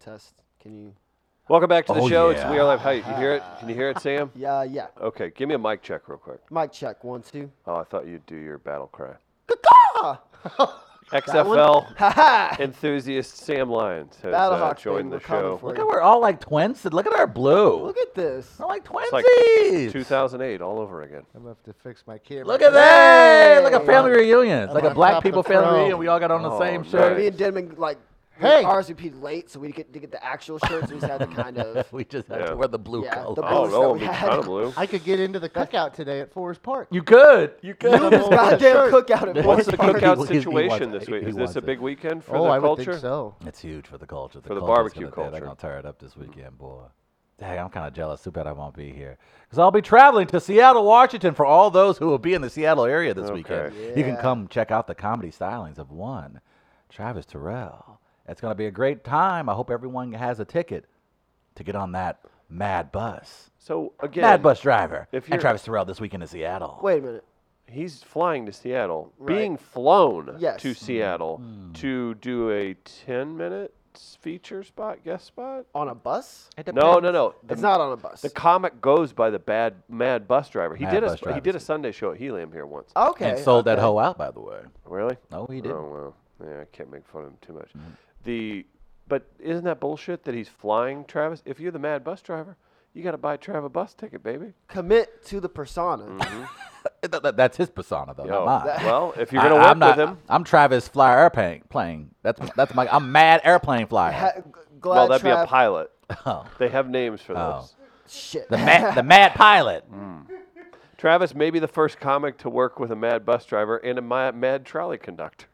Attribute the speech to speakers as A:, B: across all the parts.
A: test. Can you?
B: Welcome back to the
C: Oh,
B: show. It's
C: yeah.
B: We Are Live Height. You hear it? Can you hear it, Sam?
A: Yeah, yeah.
B: Okay, give me a mic check real quick.
A: Mic check one two.
B: Oh, I thought you'd do your battle cry.
A: Ah! one?
B: XFL
A: Ha ha!
B: enthusiast Sam Lyons has
A: Battle
B: uh,
A: Hawks, baby,
B: joined the
A: we're coming
B: show.
A: for
C: Look
A: you.
C: at we're all like twins. Look at our blue.
A: Look at this.
C: we're like
B: It's
C: twinsies.
B: like 2008 all over again.
D: I'm gonna have to fix my camera.
C: Look at that! Look at
A: Hey.
C: family reunion. It's like a
D: on
C: black
D: top of
C: people
D: the
C: family
D: throne.
C: reunion. We all got on the
B: Oh,
C: same
B: nice.
C: shirt.
A: Me and Denman like
D: Hey!
A: hey. RSVP late, so we get to get the actual shirts. We just had to kind of.
C: we just have
B: Yeah.
C: to wear the blue
A: Yeah,
C: color.
A: the
B: Oh,
A: Blues
B: no
A: that
B: one
A: we
B: be
A: had.
B: kind of blue.
D: I could get into the cookout today at Forest Park.
C: You could. You
D: could.
C: could.
D: This
A: Goddamn
D: Shirt.
A: cookout at
B: What's
A: Forest
B: the
A: Park.
C: He-
B: cookout
C: he- he wants
B: situation
C: it.
B: this
C: He-
B: week?
C: he
B: Is this a
C: wants
B: big
C: it.
B: weekend for
D: oh,
B: the
D: I would
B: culture?
D: think so.
C: It's huge for the culture. The
B: For the
C: culture's
B: barbecue
C: gonna- They're,
B: culture.
C: gonna tear it up this weekend, boy. Dang, I'm kind of jealous. Too bad I won't be here because I'll be traveling to Seattle, Washington for all those who will be in the Seattle area this weekend. You can
A: Yeah.
C: come check out the comedy stylings of one, Travis Terrell. It's going to be a great time. I hope everyone has a ticket to get on that mad bus.
B: So again,
C: Mad bus driver
B: If
C: and
B: you're-
C: Travis Terrell this weekend in Seattle.
A: Wait a minute.
B: he's flying to Seattle,
A: Right.
B: being flown
A: Yes.
B: to
A: Mm.
B: Seattle
C: Hmm.
B: to do a 10 minute feature spot, guest spot.
A: On a bus?
B: No, no, no. The,
A: It's not on a bus.
B: the comic goes by the bad mad bus driver. He
C: Mad
B: did a
C: bus
B: sp- he
C: driver's
B: did a Sunday show at Helium here once.
A: okay.
C: and sold that
A: okay.
C: hoe out, by the way.
B: Really?
C: No, he didn't. Mm-hmm.
B: Oh well, yeah, I can't make fun of him too much. The but isn't that bullshit that he's flying Travis? If you're the mad bus driver, you got to buy Trav a bus ticket, baby.
A: Commit to the persona.
B: Mm-hmm.
C: Th- th- that's his persona, though,
B: Yo,
C: not mine.
B: well, if you're gonna
C: I-
B: work
C: I'm not-
B: with him,
C: I'm Travis Flyer airplane playing. That's that's my. I'm mad airplane flyer.
A: Ha- g- glad
B: well, that'd be a
A: Trav-
B: pilot.
C: Oh.
B: They have names for
C: Oh.
B: those.
A: Shit.
C: The mad the mad pilot.
B: Travis may be the first comic to work with a mad bus driver and a ma- mad trolley conductor.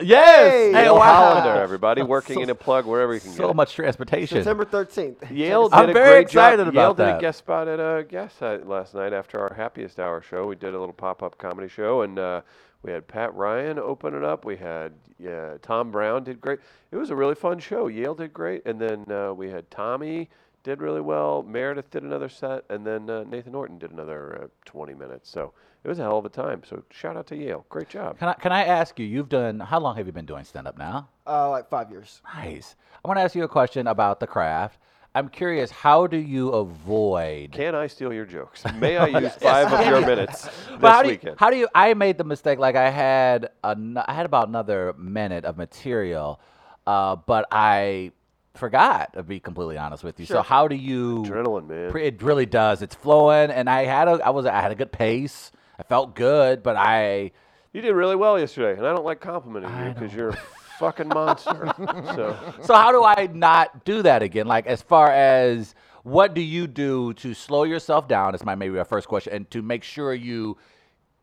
C: Yes.
A: Hey,
C: Hey,
B: Bill
A: wow.
B: Hollander, everybody, working
C: So-
B: in a plug wherever you can
C: So
B: get.
C: much transportation.
A: September 13th.
B: it. Yale did
C: I'm
B: a
C: very
B: great
C: excited
B: job.
C: about
B: Yale did
C: that.
B: a guest spot at a guest site last night after our happiest hour show. We did a little pop up comedy show, and uh, we had Pat Ryan open it up. We had yeah, Tom Brown did great. It was a really fun show. Yale did great, and then uh, we had Tommy did really well. Meredith did another set, and then uh, Nathan Norton did another uh, 20 minutes. So it was a hell of a time. So shout out to Yale. Great job.
C: Can I can I ask you? You've done how long have you been doing stand up now?
A: Uh, like five years.
C: Nice. I want to ask you a question about the craft. I'm curious. How do you avoid?
B: Can I steal your jokes? May I use five of your minutes
C: But
B: this
C: how do you,
B: weekend?
C: how do you? I made the mistake. Like I had an, I had about another minute of material, uh, but I forgot. To be completely honest with you, so
A: Sure.
C: how do you?
B: Adrenaline, man.
C: Pre- It really does. It's flowing, and I had a. I was. I had a good pace. I felt good, but I.
B: You did really well yesterday, and I don't like complimenting you because you're a fucking monster. so
C: So how do I not do that again? Like as far as what do you do to slow yourself down? Is my maybe our first question, and to make sure you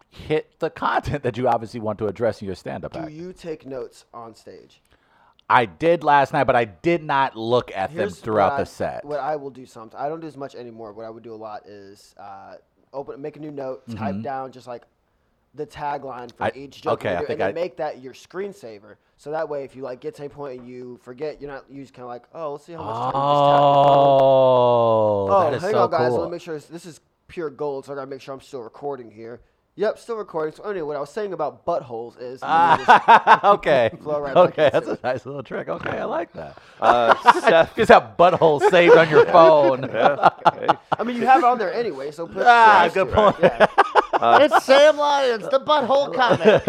C: hit the content that you obviously want to address in your stand-up
A: Do
C: act.
A: you take notes on stage?
C: I did last night, but I did not look at them
A: Here's
C: throughout
A: what
C: the
A: I-
C: set.
A: What I will do sometimes, I don't do as much anymore. What I would do a lot is uh, open, make a new note, type down just like the tagline for
C: Mm-hmm. I-
A: each joke,
C: okay,
A: you
C: I
A: do,
C: think
A: and then
C: I-
A: make that your screensaver. So that way, if you like get to a point and you forget, you're not you just kind of like, oh, let's see how much time. this
C: oh,
A: tap-
C: that is
A: hang
C: so
A: on, guys,
C: cool.
A: let me make sure this, this is pure gold. So I gotta make sure I'm still recording here. Yep, still recording. So anyway, what I was saying about buttholes is.
C: okay.
A: Flow right back
C: okay,
A: into
C: that's a nice little trick. Okay, I like that.
B: uh, Seth,
C: Just have butthole saved on your phone.
B: hey,
A: I mean, you have it on there anyway, so put.
C: Ah,
A: Right,
C: good
A: right.
C: point.
A: Yeah.
B: Uh,
D: it's Sam Lyons, the butthole comic.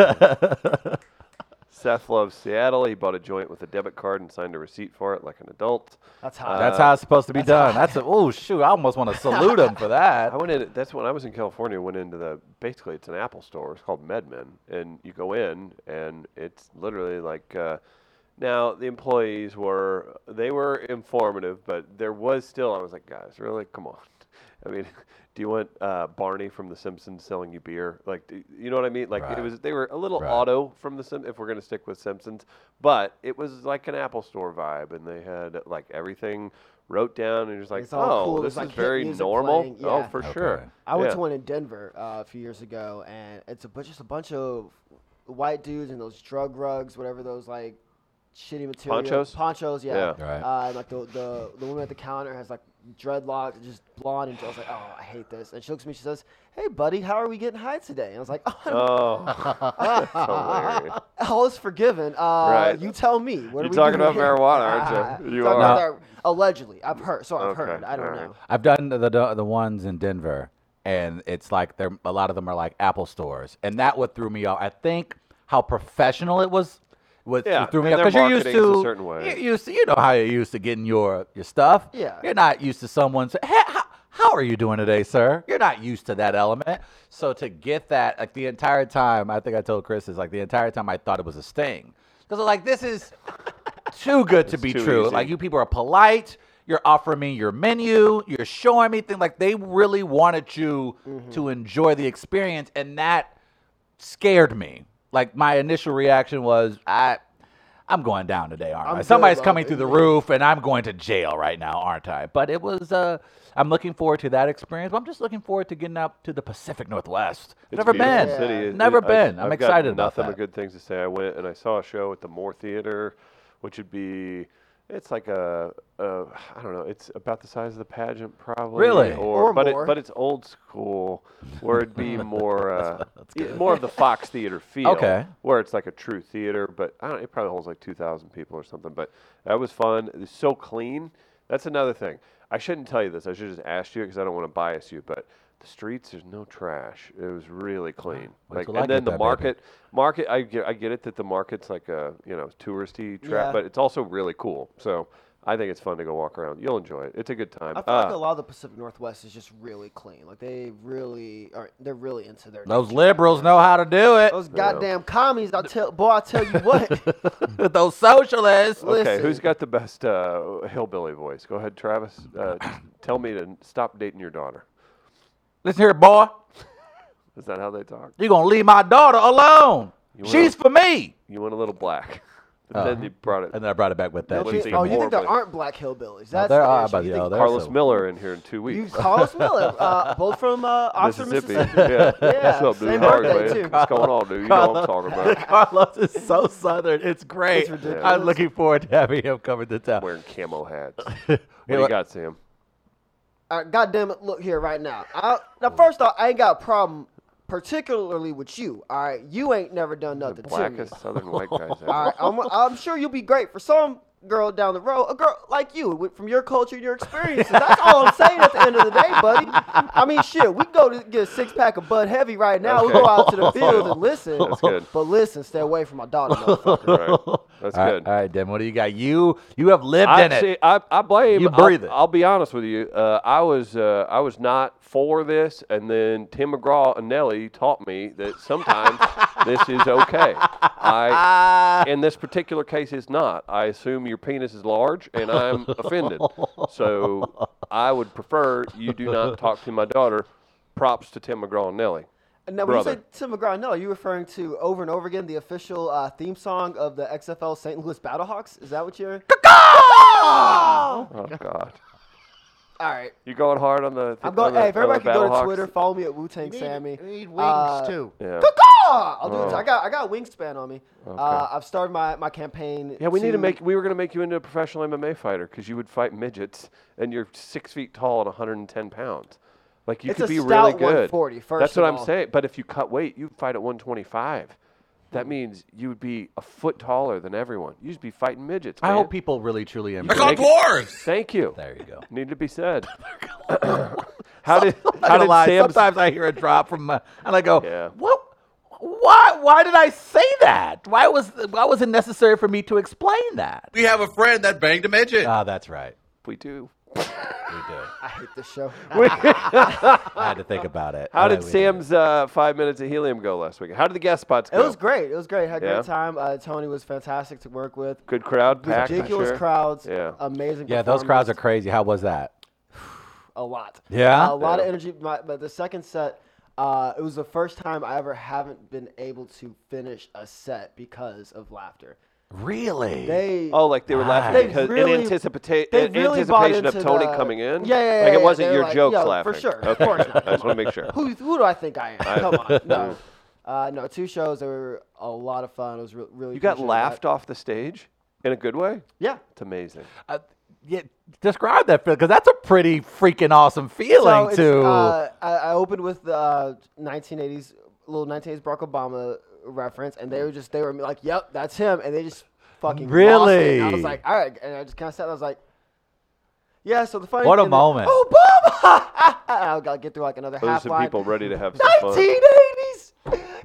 B: Seth loves Seattle. He bought a joint with a debit card and signed a receipt for it like an adult.
A: That's hot.
C: That's how it's supposed to be done. That's a, oh shoot! I almost want to salute him for that.
B: I went in. That's when I was in California. Went into the basically it's an Apple store. It's called MedMen, and you go in, and it's literally like. Uh, now the employees were they were informative, but there was still I was like, guys, really, come on. I mean, do you want uh, Barney from The Simpsons selling you beer? Like, do, you know what I mean? Like
C: Right.
B: it was they were a little
C: Right.
B: auto from the Sim. If we're gonna stick with Simpsons, but it was like an Apple Store vibe, and they had like everything wrote down, and you're just like,
A: It's all
B: oh,
A: cool.
B: this
A: There's, like,
B: is
A: hit
B: very
A: music
B: normal.
A: playing.
B: Oh,
A: Yeah.
B: for
C: Okay.
B: sure.
A: I went
B: Yeah.
A: to one in Denver uh, a few years ago, and it's a bunch, just a bunch of white dudes and those drug rugs, whatever those like shitty material.
B: Ponchos?
A: Ponchos, yeah.
B: Yeah.
C: Right.
A: Uh, and, like the, the the woman at the counter has like dreadlocks, just blonde, and I was like, oh, I hate this. And she looks at me, she says, hey, buddy, how are we getting high today? And I was like, oh, I'm-
B: Oh, that's hilarious.
A: all is forgiven. Uh,
B: Right.
A: You tell me. What are
B: You're
A: we
B: talking
A: doing
B: about
A: here?
B: marijuana, aren't you?
A: Ah,
B: You
A: talking
B: are.
A: about that- allegedly, I've heard. So I've
B: Okay,
A: heard. I don't
B: all right.
A: know.
C: I've done the, the the ones in Denver, and it's like they're a lot of them are like Apple stores, and that what threw me off. I think how professional it was. What
B: Yeah,
C: threw me
B: and
C: off because
B: their
C: you're used
B: marketing's a
C: to
B: certain way.
C: You're used to, you know how you're used to getting your your stuff.
A: Yeah.
C: you're not used to someone say, "Hey, how, how are you doing today, sir?" You're not used to that element. So to get that, like the entire time, I think I told Chris is like the entire time I thought it was a sting because I'm like this is too good to be
B: too
C: true.
B: easy.
C: Like you people are polite. You're offering me your menu. You're showing me things like they really wanted you
B: Mm-hmm.
C: to enjoy the experience, and that scared me. Like my initial reaction was, I, I'm going down today, aren't
A: I'm
C: I?
A: good,
C: Somebody's
A: Rob.
C: coming through the roof, and I'm going to jail right now, aren't I? But it was, uh, I'm looking forward to that experience. But I'm just looking forward to getting up to the Pacific Northwest.
B: It's
C: Never
B: a beautiful
C: been,
B: city. It-
C: never
B: it- I-
C: been. I, am
B: I've got
C: excited about
B: nothing
C: that.
B: but good things to say. I went and I saw a show at the Moore Theater, which would be, it's like a, a I don't know, it's about the size of the pageant probably.
C: Really?
B: Or,
A: Or
B: but
A: more.
B: it, but it's old school, where it'd be more uh, yeah, more of the Fox Theater feel.
C: Okay.
B: Where it's like a true theater, but I don't, it probably holds like 2,000 people or something. But that was fun. It's so clean. That's another thing. I shouldn't tell you this. I should just ask you because I don't want to bias you, but. The streets, there's no trash. It was really clean.
C: Wait
B: Like,
C: till I
B: and then
C: get
B: the
C: that baby.
B: market, market. I get, I get it that the market's like a you know touristy trap,
A: Yeah.
B: but it's also really cool. So I think it's fun to go walk around. You'll enjoy it. It's a good time.
A: I feel like
B: Ah,
A: a lot of the Pacific Northwest is just really clean. Like they really are. They're really into their.
C: Those
A: nature.
C: liberals know how to do
B: Oh,
C: it.
A: Those goddamn commies. I'll tell. Boy, I'll tell you what.
C: those socialists.
B: okay,
A: listen.
B: who's got the best uh, hillbilly voice? Go ahead, Travis. Uh, just tell me to stop dating your daughter.
C: Listen here, boy.
B: Is that how they talk?
C: You're gonna leave my daughter alone.
B: You
C: She's for me.
B: You want a little black? But then you brought it.
C: Uh, And then I brought it back with that.
B: That
A: You-
B: was
A: oh, you think there
B: horribly-
A: aren't black hillbillies? That's
C: No, there
A: the
C: are,
A: issue.
C: but
A: You
C: yeah,
A: think-
C: there-
B: Carlos
C: so-
B: Miller in here in two
A: You
B: weeks.
A: Carlos Miller, uh, both from uh, Oxford,
B: Mississippi.
A: Mississippi.
B: yeah. That's
A: Yeah,
B: what Blue
A: same
B: Heart,
A: birthday,
B: man.
A: too.
B: What's going on, dude? You know what I'm talking about.
C: Carlos is so southern. It's great.
A: It's ridiculous.
C: I'm looking forward to having him come to town.
B: Wearing camo hats.
C: You
B: What do
C: know
B: you
C: what?
B: got, Sam?
A: All right, goddamn it, look here right now. I, now, first off, I ain't got a problem, particularly with you. All right, you ain't never done nothing to me.
B: Blackest southern white guys ever.
A: All right, I'm, I'm sure you'll be great for some girl down the road, a girl like you, with, from your culture and your experiences. That's all I'm saying at the end of the day, buddy. I mean, shit, we go to get a six pack of Bud Heavy right now. We go
B: Okay.
A: out to the field and listen.
B: That's good.
A: But listen, stay away from my daughter. motherfucker.
B: All right. That's
C: All right,
B: good.
C: all right, Dan. What do you got? You you have lived
B: I,
C: in it.
B: see, I, I blame.
C: You
B: I'll-
C: breathe it.
B: I'll, be honest with you. Uh, I was uh, I was not for this, and then Tim McGraw and Nelly taught me that sometimes this is okay. I, in this particular case, it's not. I assume your penis is large, and I'm offended. So I would prefer you do not talk to my daughter. Props to Tim McGraw and Nelly.
A: Now, when
B: Brother.
A: you say Tim McGraw, no, are you referring to over and over again the official uh, theme song of the XFL St. Louis Battlehawks? Is that what you're?
B: Oh God.
A: All right,
B: You going hard on the?
A: I'm going.
B: on the-
A: hey, if
B: on the
A: everybody can go to
B: Battlehawks?
A: Twitter, follow me at Wu Tang
D: need,
A: Sammy.
D: you need wings
A: Uh,
D: too.
B: Yeah.
A: Ah, I'll do
B: Oh.
A: it. I got I got wingspan on me. Uh, I've started my, my campaign.
B: Yeah, we need to make. We were gonna make you into a professional MMA fighter because you would fight midgets, and you're six feet tall and 110 pounds. Like you
A: It's
B: could
A: a
B: be really
A: stout
B: good.
A: 140, first
B: That's what
A: of
B: I'm
A: all.
B: saying. But if you cut weight, you'd fight at 125. That means you would be a foot taller than everyone. You'd be fighting midgets.
C: I
B: man.
C: hope people really truly embrace.
B: Make it-
E: dwarves!
B: Thank you.
C: There you go.
B: Need to be said. how did
C: I'm
B: how
C: not gonna
B: did
C: lie.
B: Sam's-
C: Sometimes I hear a drop from my, and I go,
B: Yeah.
C: "What? Why? Why did I say that? Why was why was it necessary for me to explain that?"
E: We have a friend that banged a midget.
C: Ah, that's right.
B: we do?
C: We do.
A: I hate this show.
C: I had to think about it.
B: How
C: Oh,
B: did
C: we
B: Sam's uh, five minutes of helium go last week? How did the guest spots
A: It
B: go?
A: was great. It was great. Had a
B: Yeah.
A: great time. Uh, Tony was fantastic to work with.
B: Good crowd, packed. I'm
A: Ridiculous
B: sure.
A: crowds.
B: Yeah.
A: Amazing.
C: Yeah, those crowds are
A: performance,
C: crazy. How was that?
A: a lot.
C: Yeah?
A: a lot
B: Yeah.
A: of energy. My, but the second set, uh, it was the first time I ever haven't been able to finish a set because of laughter.
C: Really?
A: They
B: Oh, like they were laughing
A: They
B: because
A: really-
B: in, anticipa-
A: they
B: in
A: really bought
B: anticipation of
A: into
B: Tony
A: the-
B: coming in.
A: Yeah, yeah, yeah,
B: Like
A: yeah,
B: it wasn't
A: they were
B: your
A: like,
B: jokes
A: "Yo, for
B: laughing.
A: sure, of
B: Okay.
A: course not.
B: I just want to make sure.
A: who who do I think I am? Come on, no. Uh, no, two shows. They were a lot of fun. It was re- really.
B: You got
A: appreciative of that.
B: laughed off the stage? in a good way.
A: Yeah.
B: It's amazing.
C: Uh, yeah, describe that feeling because that's a pretty freaking awesome feeling
A: it's,
C: to.
A: Uh, I, I opened with the uh, 1980s little 1980s Barack Obama reference, and they were just they were like, "Yep, that's him," and they just fucking lost it.
C: Really?
A: And I was like, "All right," and I just kind of sat. there, I was like, "Yeah." So the funny
C: What a
A: thing-
C: moment.
A: Obama! I gotta get through like another
B: Those
A: half
B: are
A: line.
B: people ready to have some fun.
A: 1980s.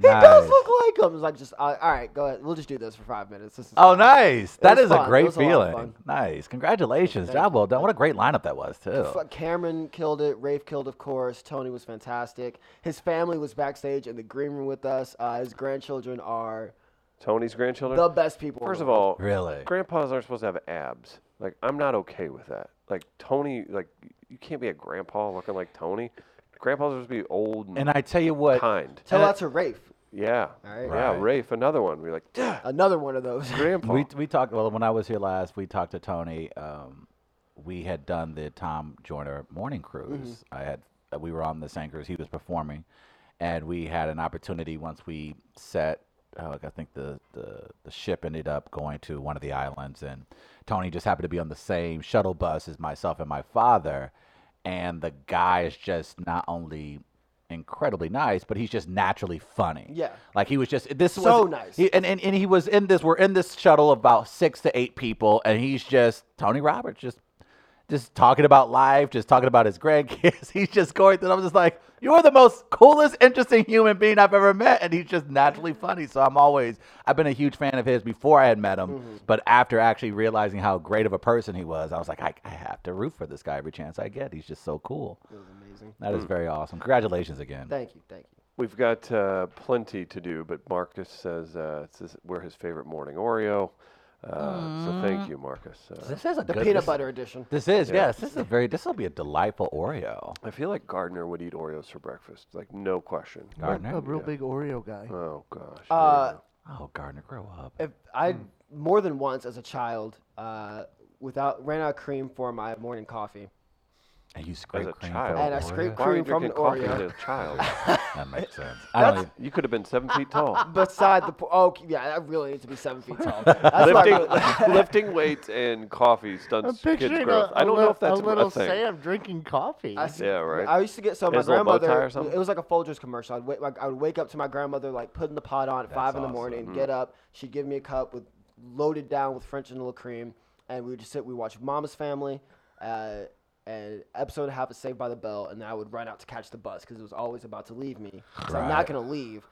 A: He
C: Nice.
A: does look like him. It's like just uh, all right. Go ahead. We'll just do this for five minutes. This is
C: oh,
A: fine."
C: nice! That
A: was
C: is a
A: fun. It
C: great
A: was a lot of
C: feeling.
A: fun.
C: Nice, congratulations, job well done. What a great lineup that was too.
A: Fuck, Cameron killed it. Rafe killed, of course. Tony was fantastic. His family was backstage in the green room with us. Uh, his grandchildren are
B: Tony's grandchildren.
A: the best people. in
B: First
A: the
B: of
A: world.
B: all,
C: Really?
B: grandpas aren't supposed to have abs. Like I'm not okay with that. Like Tony, like you can't be a grandpa looking like Tony. Grandpas are supposed to be old and,
C: And I tell you what,
B: kind.
A: tell
C: and-
A: that to Rafe.
B: Yeah.
A: Right.
B: Yeah.
C: Right.
B: Rafe, another one. We're like, "Duh,
A: Another one of those.
B: grandpa.
C: we we talked. Well, when I was here last, we talked to Tony. Um, we had done the Tom Joyner morning cruise.
A: Mm-hmm.
C: I had uh, we were on the same cruise. He was performing, and we had an opportunity once we set. Uh, like I think the, the the ship ended up going to one of the islands, and Tony just happened to be on the same shuttle bus as myself and my father. And the guy is just not only incredibly nice, but he's just naturally funny.
A: Yeah.
C: like he was just this
A: So
C: was
A: nice.
C: he- and, and and he was in this. We're in this shuttle about six to eight people, and he's just Tony Roberts, just just talking about life, just talking about his grandkids. he's just going through. I'm just like, you're the most coolest, interesting human being I've ever met, and he's just naturally funny. So I'm always I've been a huge fan of his before I had met him,
A: Mm-hmm.
C: but after actually realizing how great of a person he was, I was like, I, I have to root for this guy every chance I get. He's just so cool.
A: It was amazing. Mm.
C: That is very awesome. Congratulations again.
A: Thank you. Thank you.
B: We've got uh, plenty to do, but Marcus says uh, it's his, we're his favorite morning Oreo. Uh,
A: Mm-hmm.
B: So thank you, Marcus. Uh,
C: This is a
A: The
C: good,
A: peanut
C: this-
A: butter edition.
C: This is yes. This is a very. This will be a delightful Oreo.
B: I feel like Gardner would eat Oreos for breakfast, like no question.
C: Gardner.
D: A real big Oreo guy.
B: Oh gosh.
A: Uh,
C: Oh, Gardner, grow up.
A: if I Hmm. more than once as a child, uh, without ran out of cream for my morning coffee,
C: And you scrape
B: a
C: cream
B: child.
C: from
A: and I
C: Oreo?
A: scraped
B: Why are you
A: cream from
B: drinking
A: an
B: coffee
A: Oreo.
B: as a child?
C: That makes sense. I don't even,
B: you could have been seven feet tall.
A: Beside the po- oh yeah, I really need to be seven feet tall. That's what I really-
B: lifting, lifting weights and coffee
D: I'm
B: stunts kids'
D: picturing a,
B: growth. I I
D: a
B: don't
D: little,
B: know if that's
D: a little
B: thing.
D: Sam drinking coffee.
A: I s-
B: Yeah, right.
A: I used to get so my
B: His little bow tie
A: grandmother.
B: or something?
A: It was like a Folgers commercial. I'd wait, like, I would wake up to my grandmother like putting the pot on at five in the
C: awesome.
A: morning,
B: Mm-hmm.
A: get up. She'd give me a cup with loaded down with French vanilla cream, and we would just sit. We watch Mama's Family, uh, and episode and a half of Saved by the Bell, and then I would run out to catch the bus because it was always about to leave me. 'cause I'm not
C: Right.
A: gonna leave.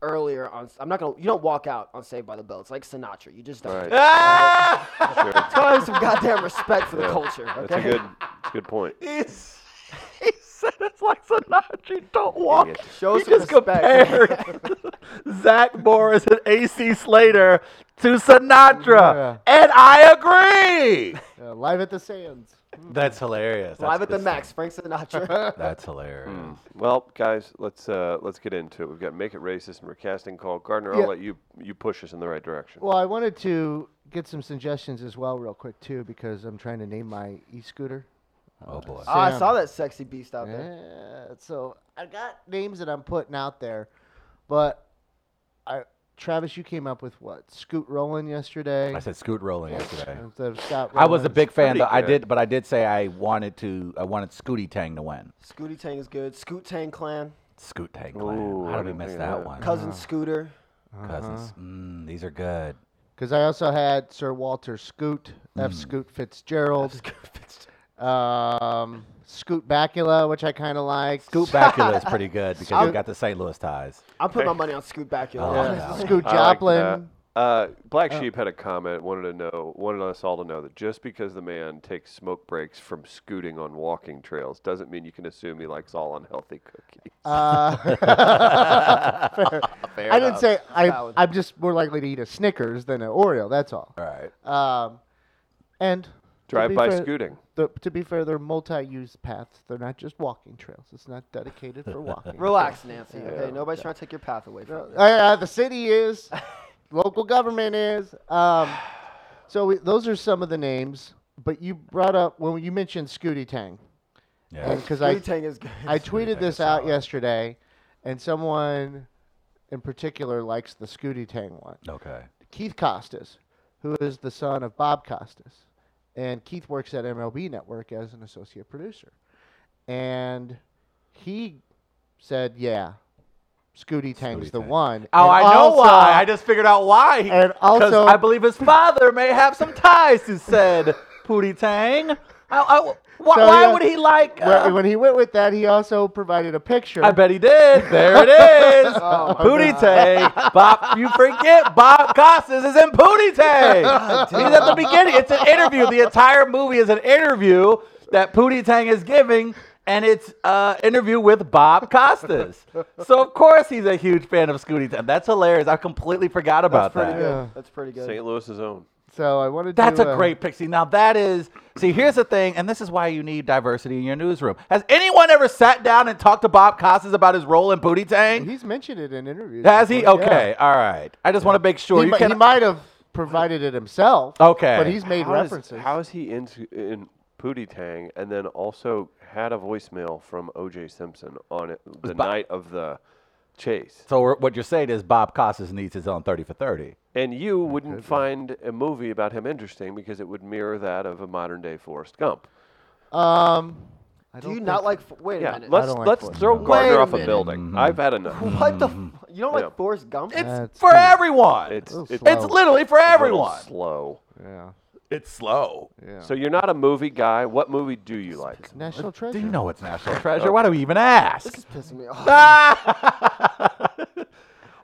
A: Earlier on, I'm not gonna. You don't walk out on Saved by the Bell. It's like Sinatra. You just don't.
B: Right. Sure.
A: It's gotta have some goddamn respect for the
B: Yeah.
A: culture. Okay.
B: That's a good, that's a good point.
C: He's, he said it's like Sinatra. Don't walk.
B: Idiot.
A: Show
C: he
A: some
C: just
A: respect.
C: compared Zach Morris and AC Slater to Sinatra, and I agree.
D: Uh, live at the Sands.
C: That's hilarious.
A: Live at the Hmm.
C: max.
A: Max, Frank Sinatra.
C: That's hilarious.
B: Well, guys, let's uh, let's get into it. We've got make it racist and recasting call. Gardner,
D: Yeah.
B: I'll let you you push us in the right direction.
D: Well, I wanted to get some suggestions as well, real quick too, because I'm trying to name my e-scooter.
C: Oh boy.
A: oh, I
D: Sam.
A: saw that sexy beast out there.
D: Yeah, so I got names that I'm putting out there, but I Travis, you came up with what? Scoot Rowland yesterday.
C: I said Scoot Rowland yesterday.
D: Instead of Scott
C: I was a
D: Rowland.
C: big fan.
B: pretty
C: Though. I
B: good.
C: did, but I did say I wanted to. I wanted Scooty Tang to win.
A: Scooty Tang is good. Scoot Tang Clan,
C: Scoot Tang.
B: Ooh,
C: Clan.
B: I
C: How did we
B: didn't
C: miss
B: think of
C: that Uh-huh.
B: that.
C: one?
A: cousin Scooter.
C: Cousins. Mm, these are good.
D: Because I also had Sir Walter Scoot,
C: Hmm.
D: F. Scoot Fitzgerald, um, Scoot Bakula, which I kind of like.
C: Scoot Bakula is pretty good because you
D: Scoot-
C: got the St. Louis ties.
A: I'm putting my money on Scoot Bakula.
C: Oh,
D: Yeah,
C: no.
D: Scoot
B: I like
D: Joplin.
B: that. Uh, Black Sheep had a comment. wanted to know wanted us all to know that just because the man takes smoke breaks from scooting on walking trails doesn't mean you can assume he likes all unhealthy cookies.
D: Uh, fair. I didn't say I. I'm just more likely to eat a Snickers than an Oreo. That's all.
C: All right.
D: Um, and to
B: Drive
D: be
B: by
D: fair-
B: scooting.
D: The, to be fair, they're multi-use paths. They're not just walking trails. It's not dedicated for walking.
A: Relax, Nancy. Okay, nobody's trying to take your path away from you.
D: Uh, yeah, the city is, local government is. Um, so we, those are some of the names. But you brought up when you mentioned Scooty Tang,
C: Yeah.
D: because I
A: Scooty Tang is good.
D: I tweeted this out yesterday, and someone in particular likes the Scooty Tang one.
C: Okay.
D: Keith Costas. who is the son of Bob Costas. And Keith works at MLB Network as an associate producer. And he said, yeah, Scooty Tang's
C: Scooty
D: the
C: Tang.
D: one.
C: Oh,
D: And
C: I know
D: also-
C: why. I just figured out why. He-
D: And
C: 'cause
D: also-
C: I believe his father may have some ties to said Pootie Tang. I, I, wh- why
D: So, yeah.
C: would he like?
D: Wh-
C: uh,
D: when he went with that, he also provided a picture.
C: I bet he did. There it is.
D: Oh, my
C: Pootie
D: God.
C: Tang. Bob, you forget Bob Costas is in Pootie Tang. He's at the beginning. It's an interview. The entire movie is an interview that Pootie Tang is giving, and it's uh, interview with Bob Costas. So of course he's a huge fan of Scooty Tang. That's hilarious. I completely forgot about
A: That's pretty
C: that.
A: good.
D: Yeah.
A: That's pretty good.
B: St. Louis's own.
D: So I wanted
C: That's
D: to.
C: a
D: uh,
C: great pick. See, now that is. See, here's the thing, and this is why you need diversity in your newsroom. Has anyone ever sat down and talked to Bob Costas about his role in Booty Tang?
D: He's mentioned it in interviews.
C: Has he?
D: before,
C: Okay, all right. I just want to make
D: yeah.
C: sure
D: He,
C: you
D: mi- he
C: can.
D: might have provided it himself.
C: Okay.
D: But he's made
B: How is-
D: references.
B: how is he into in Pootie Tang and then also had a voicemail from O.J. Simpson on it the
C: Bo-
B: night of the chase?
C: So we're- what you're saying is Bob Costas needs his own thirty for thirty.
B: And you wouldn't find a movie about him interesting because it would mirror that of a modern day Forrest Gump.
D: um, I
A: Do
D: don't
A: you not
D: think-
A: like? f- Wait a
B: Yeah,
A: minute.
B: let's
D: don't like
B: let's
D: Forrest
B: throw
D: Gump.
A: Wait
B: Gardner
A: a
B: off a
A: minute. Mm-hmm.
B: building. I've had enough.
A: what the? F- you don't
B: Yeah.
A: like Forrest Gump?
C: It's
D: That's
C: for
D: true.
C: everyone. It's
B: It's
D: Oh,
B: it's a
D: slow.
B: little
C: literally for everyone.
B: slow.
D: Yeah.
C: It's slow.
D: Yeah.
B: So you're not a movie guy. What movie do you like?
D: National treasure.
C: Do you know it's national treasure? Why do we even ask?
A: This is pissing me off.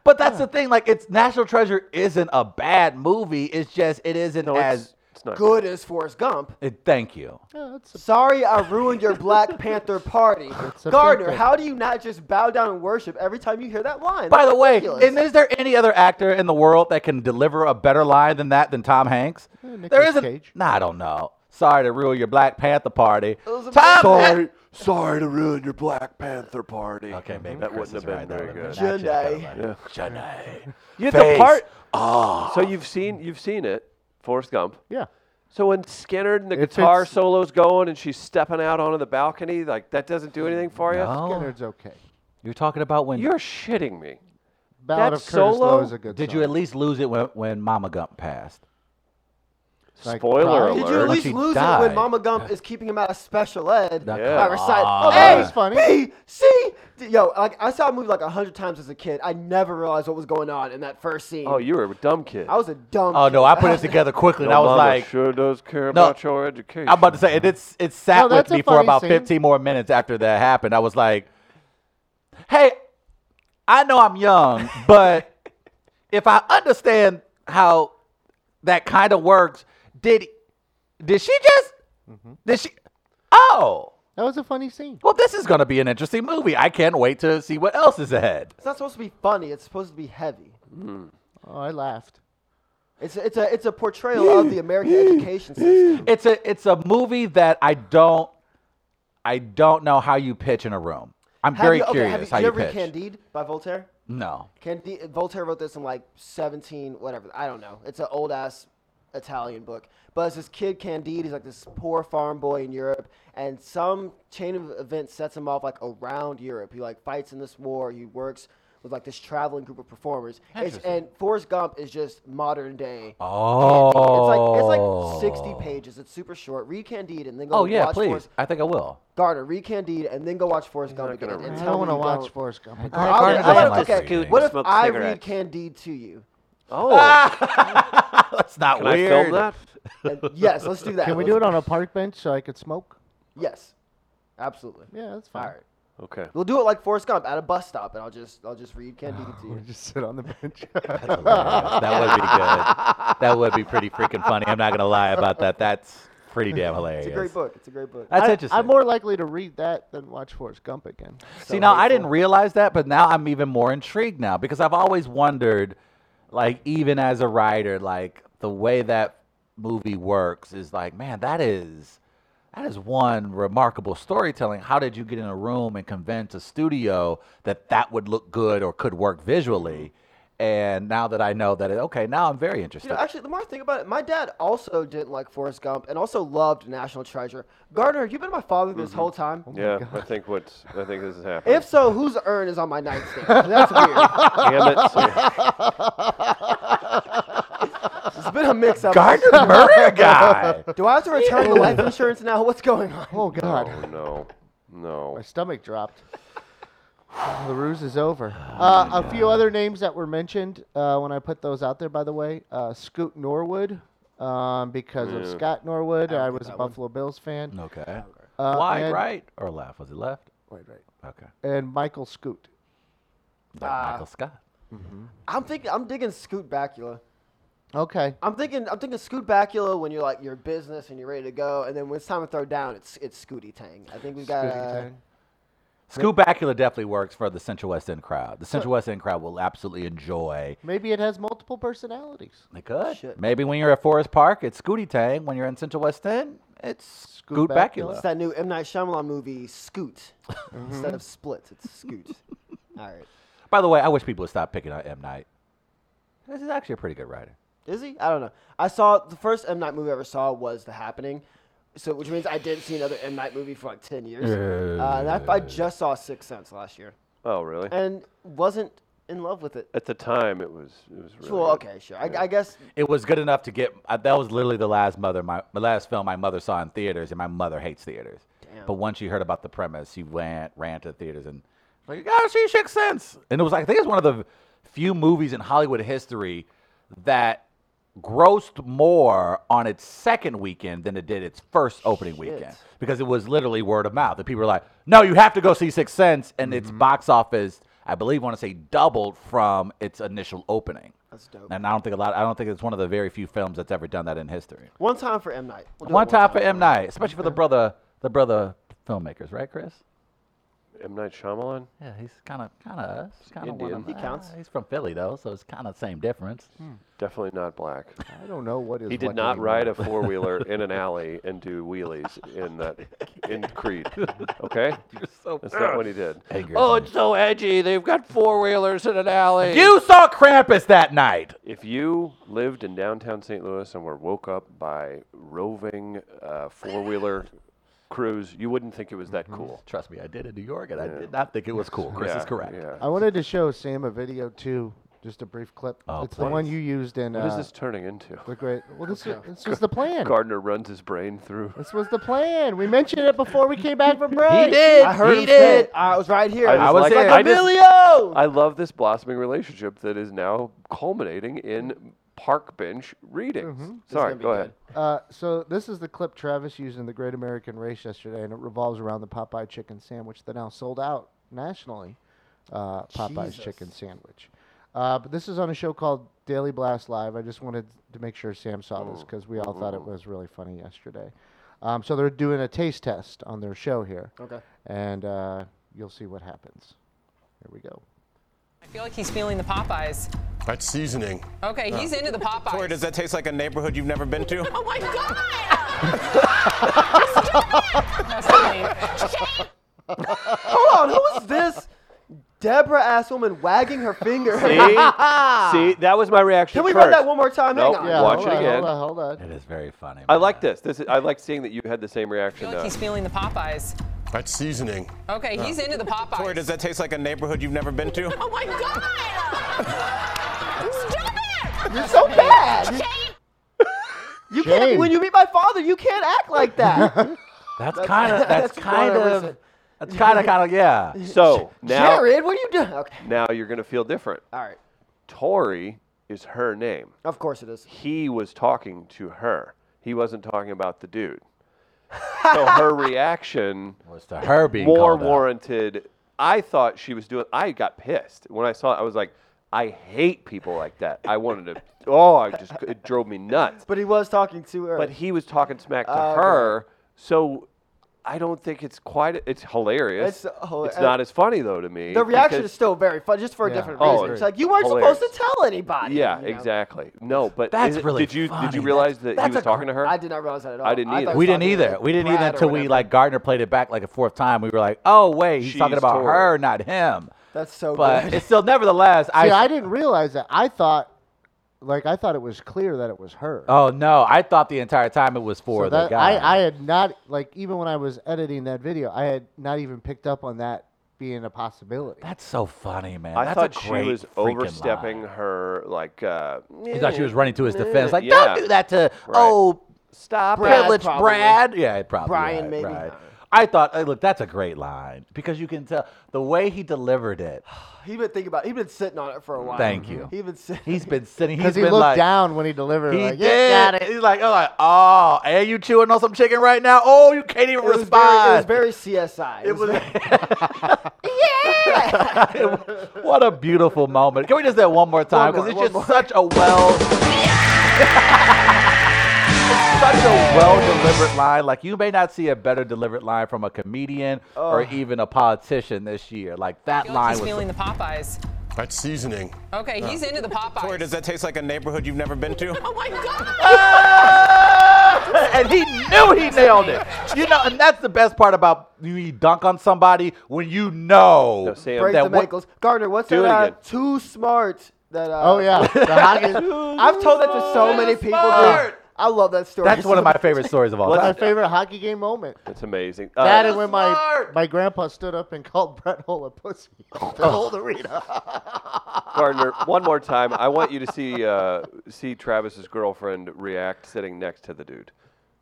C: but that's the thing. Like, it's National Treasure isn't a bad movie. It's just it isn't
B: No,
C: as.
B: it's, it's not
A: good as Forrest Gump.
C: It, thank you.
D: Yeah, that's a-
A: Sorry, I ruined your Black Panther party.
D: a
A: Gardner,
D: big-
A: how do you not just bow down and worship every time you hear that line?
C: By the
A: That's
C: way,
A: ridiculous.
C: and is there any other actor in the world that can deliver a better line than that than Tom Hanks? there
D: Nicolas
C: isn't.
D: Cage.
C: Nah, I don't know. Sorry to ruin your Black Panther party.
A: was a-
C: Tom.
E: Sorry, sorry to ruin your Black Panther party.
C: Okay, maybe
B: That
C: Mm-hmm. Chris
B: wouldn't
C: is
B: have been
C: right. That
B: very
C: would've
B: good.
C: been actually
A: Jedi.
C: kinda like- Jedi.
B: You the
C: Face.
B: part.
D: Ah.
B: So you've seen you've seen it, Forrest Gump.
D: Yeah.
B: So when Skinner and the
D: It's-
B: guitar
D: it's-
B: solo's going and she's stepping out onto the balcony, like that doesn't do anything for you.
C: No.
D: Skinner's okay.
C: You're talking about when
B: You're shitting me.
D: Ballad
B: That
D: of Curtis Lowe
B: solo?
D: is a good
C: did
D: song.
C: you at least lose it when, when Mama Gump passed?
D: Like,
B: Spoiler
D: Pride?
A: Did
B: alert.
A: you at least
C: She
A: lose it
C: died.
A: when Mama Gump is keeping him out of special ed?
C: Now,
B: Yeah.
A: I
C: come
A: recite.
C: on.
D: that
A: A,
D: was funny.
A: B, C. D. Yo, like I saw a movie like a hundred times as a kid. I never realized what was going on in that first scene.
B: oh, you were a dumb kid.
A: I was a dumb. kid.
C: Oh
A: Uh,
C: no, I put it together quickly, and
B: Your
C: I was
B: mama
C: like,
B: sure does care
C: No.
B: about your education.
C: I'm about to say it. It's it sat
A: Oh,
D: No,
C: with
D: that's a
C: me for
D: funny
C: about
D: scene.
C: 15 more minutes after that happened. I was like, hey, I know I'm young, but if I understand how that kind of works, did did she just did she? Oh,
D: That was a funny scene.
C: well, this is gonna be an interesting movie. I can't wait to see what else is ahead.
A: It's not supposed to be funny. It's supposed to be heavy.
D: Oh, I laughed.
A: It's a, it's a it's a portrayal of the American education system.
C: It's a it's a movie that I don't I don't know how you pitch in a room. I'm
A: Have
C: very
A: you, okay,
C: curious
A: have you,
C: how
A: did
C: you
A: you ever
C: pitch.
A: read Candide by Voltaire?
C: No.
A: Candide, Voltaire wrote this in like 17, whatever. I don't know. It's an old ass Italian book. But it's this kid, Candide. He's like this poor farm boy in Europe. And some chain of events sets him off like around Europe. He like fights in this war. He works with like this traveling group of performers. It's,
C: Interesting.
A: and Forrest Gump is just modern day.
C: Oh.
A: It's like it's like 60 pages. It's super short. Read Candide and then go
C: Oh yeah,
A: watch
C: please.
A: Forrest.
C: I think I will.
A: Gardner, read Candide and then go watch Forrest Gump
B: not
A: again.
B: gonna
A: and
B: read it.
D: I
A: tell me
D: don't want to
A: you
D: watch
A: don't-
D: Forrest Gump. again.
A: I'll
C: Gardner
A: get- I'll
C: doesn't
A: get-
C: like
A: okay,
C: reading.
A: what if
B: Smokes
A: I read
B: cigarettes.
A: Candide to you?
B: oh,
C: That's not
B: can I film that?
A: And yes, let's do that.
D: Can we
A: Let's-
D: do it on a park bench so I could smoke?
A: Yes, absolutely.
D: Yeah, that's
A: All
D: fine.
A: right,
B: Okay.
A: we'll do it like Forrest Gump at a bus stop, and I'll just I'll just read Candide to
D: We
A: you.
D: just sit on the bench.
C: that would be good. That would be pretty freaking funny. I'm not gonna lie about that. That's pretty damn hilarious.
A: It's a great book. It's a great book.
C: That's
D: I,
C: interesting.
D: I'm more likely to read that than watch Forrest Gump again.
C: See, now I didn't realize that, but now I'm even more intrigued now because I've always wondered, like, even as a writer, like the way that movie works is like, man, that is that is one remarkable storytelling. How did you get in a room and convince a studio that that would look good or could work visually? And now that I know that, it, okay, now I'm very
A: You
C: interested.
A: know, actually, the more I think about it, my dad also didn't like Forrest Gump and also loved National Treasure. Gardner, you've been my father this
D: Mm-hmm.
A: whole
D: Oh
A: time.
B: Yeah, I think what's I think this is happening.
A: If so, whose urn is on my
B: Oh,
A: nightstand? That's weird.
B: Damn it! Sam.
A: It's been a mix up.
C: Gardner murder guy.
A: Do I have to return the life insurance now? What's going on?
D: Oh God,
B: Oh no, no.
D: my stomach dropped. the ruse is over. Uh, a few other names that were mentioned uh, when I put those out there, by the way, uh, Scoot Norwood, um, because of
B: Yeah.
D: Scott Norwood. I, was a Buffalo Bills fan.
C: Okay.
D: Uh,
C: Wide
D: and,
C: right or left? Was it left?
D: Wait, right.
C: Okay.
D: And Michael Scoot.
C: Like
A: Uh,
C: Michael Scott.
A: I'm thinking. I'm digging Scoot Bakula.
D: Okay.
A: I'm thinking. I'm thinking Scoot Bakula when you're like your business and you're ready to go, and then when it's time to throw down, it's it's Scooty Tang. I think we got.
D: Scooty
A: Uh,
D: Tang.
C: Scoop Bakula definitely works for the Central West End crowd. The Central West End crowd will absolutely enjoy.
D: Maybe it has multiple personalities.
C: They could.
A: Shit.
C: Maybe when you're at Forest Park, it's Scooty Tang. When you're in Central West End, it's Scoot,
D: Scoot
C: Bakula.
A: it's that new M Night Shyamalan movie, Scoot,
D: Mm-hmm.
A: instead of Split. It's Scoot. All right.
C: By the way, I wish people would stop picking on M. Night. This is actually a pretty good writer.
A: Is he? I don't know. I saw the first M Night movie I ever saw was The Happening, so which means I didn't see another M Night movie for like ten years. Uh, and I, I just saw Sixth Sense last year,
B: Oh really?
A: and wasn't in love with it.
B: At the time, it was it was really.
A: well,
B: good.
A: okay, sure. I, I guess
C: It was good enough to get. I, that was literally the last mother, my, the last film my mother saw in theaters, and my mother hates theaters.
A: Damn.
C: But once she heard about the premise, she went ran to the theaters and like, you gotta see Sixth Sense. And it was like I think it's one of the few movies in Hollywood history that grossed more on its second weekend than it did its first opening weekend because it was literally word of mouth. The people were like, "No, you have to go see Sixth Sense," and its box office, I believe, want to say doubled from its initial opening.
A: that's dope.
C: And I don't think a lot. I don't think it's one of the very few films that's ever done that in history.
A: One time for M Night. We'll do it
C: One time for M Night, especially for the brother, the brother filmmakers, right, Chris?
B: M Night Shyamalan.
C: Yeah, he's kind of, kind of, kind of one
B: Indian.
C: of.
B: He
C: ah,
A: counts.
C: he's from Philly though, so it's kind of same difference.
B: Definitely not black.
D: I don't know what is.
B: He did
D: what
B: not
D: anymore.
B: ride a four wheeler in an alley and do wheelies in that in Creed. Okay,
C: You're so
B: that's not what he did.
C: Angry
B: oh,
C: at me.
B: it's so edgy. They've got four wheelers in an alley.
C: You saw Krampus that night.
B: If you lived in downtown St. Louis and were woke up by roving uh, four wheeler crews, you wouldn't think it was that cool.
C: Trust me, I did in New York, and I did not think it was cool. Chris
B: Yeah,
C: is correct.
B: yeah.
D: I wanted to show Sam a video too, just a brief clip.
C: Oh,
D: it's the one
C: please.
D: you used in.
B: What
D: uh,
B: is this turning into?
D: The great. Well, this, was- this was the plan.
B: Gardner runs his brain through.
D: This was the plan. We mentioned it before we came back from break.
C: He did.
A: I heard
C: he
A: him say
C: did.
A: it. I was right here.
B: I just
C: was
B: like,
C: there.
B: I, just-
A: Emilio.
B: I love this blossoming relationship that is now culminating in park bench readings. Sorry,
A: gonna be
B: go ahead.
D: Uh, so this is the clip Travis used in the Great American Race yesterday, and it revolves around the Popeye chicken sandwich that now sold out nationally. Uh, Popeye's
A: Jesus.
D: chicken sandwich. Uh, but this is on a show called Daily Blast Live. I just wanted to make sure Sam saw this because we all thought it was really funny yesterday. Um, so they're doing a taste test on their show here,
A: Okay.
D: and uh, you'll see what happens. Here we go.
F: I feel like he's feeling the Popeyes.
G: That's seasoning.
F: Okay, he's into the Popeyes.
H: Oh. Tori, does that taste like a neighborhood you've never been to?
F: oh my God! Stop!
A: Hold on. Who is this? Deborah ass woman wagging her finger.
B: See, that was my reaction.
A: Can we
B: first.
A: run that one more time? Hang
B: Nope.
A: on.
B: Yeah. Watch
D: hold
B: it
D: on,
B: again.
D: Hold on, hold on.
C: It is very funny.
B: I
C: man.
B: like this. This is, I like seeing that you had the same
F: I
B: reaction. uh,
F: feel like
B: though.
F: he's feeling the Popeyes.
G: That's seasoning.
F: Okay, he's into the Popeyes.
H: Oh. Tori, does that taste like a neighborhood you've never been to?
F: oh my God! Stop it!
A: You're so bad. You can't.
D: Shame.
A: When you meet my father, you can't act like that.
C: That's kind of. That's
A: that's
C: kind
A: more
C: of.
A: recent.
C: That's kind of. Kind of. Yeah.
B: so now,
A: Jared, what are you doing? Okay.
B: now you're gonna feel different.
A: All right.
B: Tori is her name.
A: Of course it is.
B: He was talking to her. He wasn't talking about the dude. So her reaction
C: Was to her being
B: more
C: called out.
B: warranted. I thought she was doing. I got pissed when I saw it. I was like, I hate people like that. I wanted to. Oh, I just it drove me nuts.
A: But he was talking to her.
B: But he was talking smack to
A: Okay.
B: her, so I don't think it's quite. It's
A: It's,
B: hilarious.
A: uh, hila-
B: It's not as funny though to me.
A: the reaction
B: because-
A: is still very fun, just for a
D: Yeah.
A: different
B: Oh,
A: reason.
B: it's
A: it's like you weren't
B: hilarious.
A: supposed to tell anybody.
B: Yeah,
A: you know?
B: exactly. No, but
C: That's
B: is it-
C: really
B: did you did
C: funny.
B: you realize that he
C: that's
B: was
C: a gr-
B: talking to her?
A: I did not realize that at all.
B: I didn't
A: thought
B: either.
A: he was
C: We didn't
A: talking to
C: either. We didn't either
A: Brad or
C: until we
A: whatever.
C: like Gardner played it back like a fourth time. We were like, oh wait, he's talking
B: She's
C: about
B: Tori.
C: her, not him.
A: That's so
C: But
A: good.
C: it's still, nevertheless, I.
D: See, I didn't realize that. I thought, like, I thought it was clear that it was her.
C: oh no, I thought the entire time it was for
D: so
C: the
D: that
C: guy.
D: I, I had not, like, even when I was editing that video, I had not even picked up on that being a possibility.
C: That's so funny, man.
B: I
C: That's
B: thought
C: a
B: she
C: great
B: was
C: freaking line.
B: overstepping her, like. Uh,
C: He thought she was running to his defense, like,
B: Yeah.
C: "Don't do that to
B: Right.
C: oh
A: Stop
C: privileged Brad." Yeah, it probably
A: Brian,
C: right,
A: maybe.
C: right. I thought, hey, look, that's a great line because you can tell the way he delivered it.
A: He's been thinking about. He's been sitting on it for a while.
C: Thank you.
A: He's been sitting.
C: He's been sitting.
D: Because
C: He's
D: he
C: been
D: looked
C: like,
D: down when he delivered.
C: He
D: like,
C: did.
D: "Yeah, got it."
C: He's like, oh, like, oh, and you chewing on some chicken right now? Oh, you can't even
A: It was, very,
C: respond.
A: it was very CSI. It, was.
C: what a beautiful moment. Can we just do that one more time?
A: more,
C: Because
A: one
C: it's just
A: more.
C: such a well. It's Such a well delivered line. Like, you may not see a better delivered line from a comedian or even a politician this year. Like, that
F: I feel like
C: line
F: he's
C: was.
F: feeling the Popeyes.
G: That's seasoning.
F: Okay, he's into the Popeyes.
H: Oh. Tori, does that taste like a neighborhood you've never been to?
F: oh my God!
C: Ah! and he knew he nailed it. You know, and that's the best part about when you dunk on somebody when you know
B: No, Sam.
A: Break
C: that
A: the
C: what-
A: ankles. Gardner, what's
B: Do
A: that?
B: it
A: Uh,
B: again.
A: too smart. That. Uh,
D: Oh yeah, the Hagen-
A: I've told that to so many people. Dude.
C: smart.
A: I love that story.
C: That's one of my favorite stories of all
D: my
C: time.
D: favorite hockey game moment.
B: It's amazing.
D: That
B: Uh,
D: is when my
C: smart.
D: my grandpa stood up and called Brett Hole a pussy. The whole arena.
B: Gardner, one more time. I want you to see uh, see Travis's girlfriend react sitting next to the dude.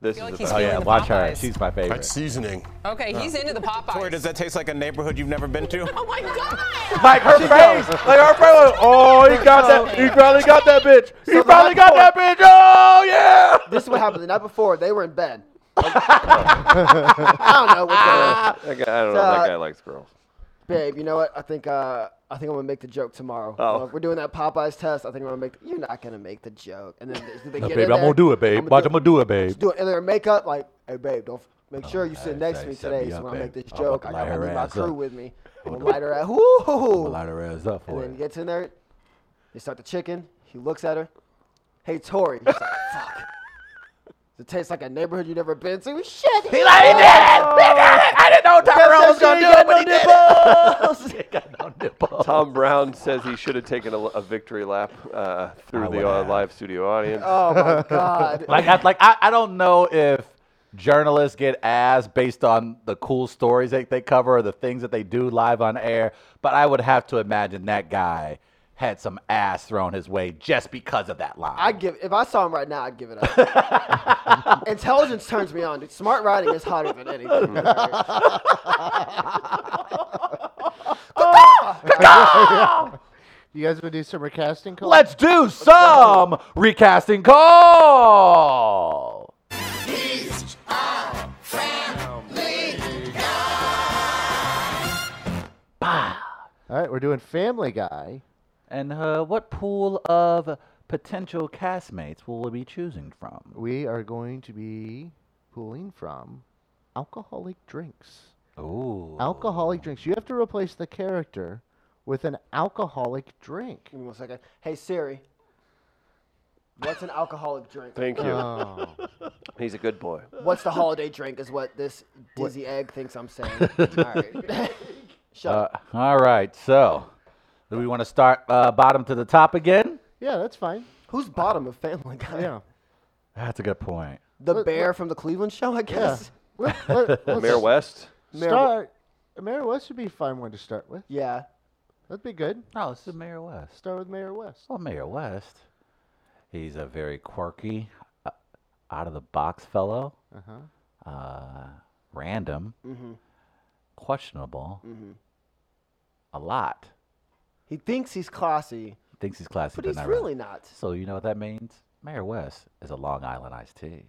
B: This
F: feel
B: is the
F: like he's
C: Oh
B: best.
C: yeah,
F: the
C: watch her.
F: Popeyes.
C: She's my
G: That's
C: favorite.
G: seasoning.
F: Okay, he's into the
H: Oh. Tori, does
F: Popeyes.
H: that taste like a neighborhood you've never been to?
F: Oh my God!
C: Like her face, like her face. was, oh, he got that. He probably got that bitch. He
A: the
C: probably
A: night
C: got that bitch. Oh yeah.
A: This is what happened the night before. They were in bed. I don't know what's going on.
B: That guy, I don't know. That
A: Uh,
B: guy likes girls.
A: Babe, you know what? I think uh, I think I'm gonna make the joke tomorrow.
B: Oh.
A: You know, if we're doing that Popeyes test. I think I'm gonna make. The, you're not gonna make the joke. And then they, they get in
C: Baby, I'm
A: there,
C: gonna do it, babe.
A: I'ma
C: Watch,
A: do,
C: I'm gonna do it, babe.
A: just do it. And their makeup, like, hey, babe, don't f- make sure you sit next to me
C: Oh, set
A: today.
C: me
A: so
C: up,
A: when I make
C: babe.
A: this
C: I'm about
A: joke,
C: to
A: I
C: light
A: gotta
C: her
A: bring my
C: ass
A: crew
C: up.
A: with me. I'm gonna
C: do it.
A: light her ass. Woo!
C: Light her ass up
A: And
C: for
A: then he
C: it.
A: gets in there. They start the chicken. He looks at her. Hey, Tori. She's like, fuck. Does it taste like a neighborhood you never been to? Oh Shit.
C: He like, he did it. He did it. I didn't know Tyrone was gonna do it, but he did it.
A: did it.
C: Got no nipple.
B: Tom Brown says he should have taken a, a victory lap uh, through
C: I
B: the
C: would
B: uh,
C: have.
B: live studio audience.
A: Oh my god.
C: Like, I, like I, I don't know if journalists get asked based on the cool stories that they cover or the things that they do live on air, but I would have to imagine that guy had some ass thrown his way just because of that line.
A: I give if I saw him right now, I'd give it up. Intelligence turns me on, dude. Smart writing is hotter than anything.
D: you guys gonna do some recasting? Cole?
C: Let's do some recasting call.
D: All right, we're doing Family Guy.
C: And uh, what pool of potential castmates will we be choosing from?
D: We are going to be pulling from alcoholic drinks.
C: Ooh.
D: Alcoholic drinks. You have to replace the character with an alcoholic drink.
A: Give me one second. Hey Siri. What's an alcoholic drink?
B: Thank you.
D: Oh.
B: He's a good boy.
A: What's the holiday drink is what this dizzy egg thinks I'm saying. All right. Shut
C: Uh,
A: up.
C: all right, so do we want to start uh, bottom to the top again?
D: yeah, that's fine.
A: Who's bottom of Family Guy?
D: Yeah.
C: That's a good point.
A: The bear from the Cleveland show, I
D: Yeah.
A: guess.
D: Let, let, let's
B: Mayor West.
A: Mayor-
D: start. Mayor West would be a fine one to start with.
A: Yeah.
D: That'd be good.
C: No, Oh, this is Mayor West.
D: Start with Mayor West.
C: Well, Mayor West, he's a very quirky, uh, out of the box fellow,
D: Uh-huh.
C: uh, random,
A: Mhm.
C: questionable,
A: Mhm.
C: a lot.
A: He thinks he's classy,
C: Thinks he's classy,
A: but he's
C: not
A: really not.
C: So you know what that means? Mayor West is a Long Island iced tea.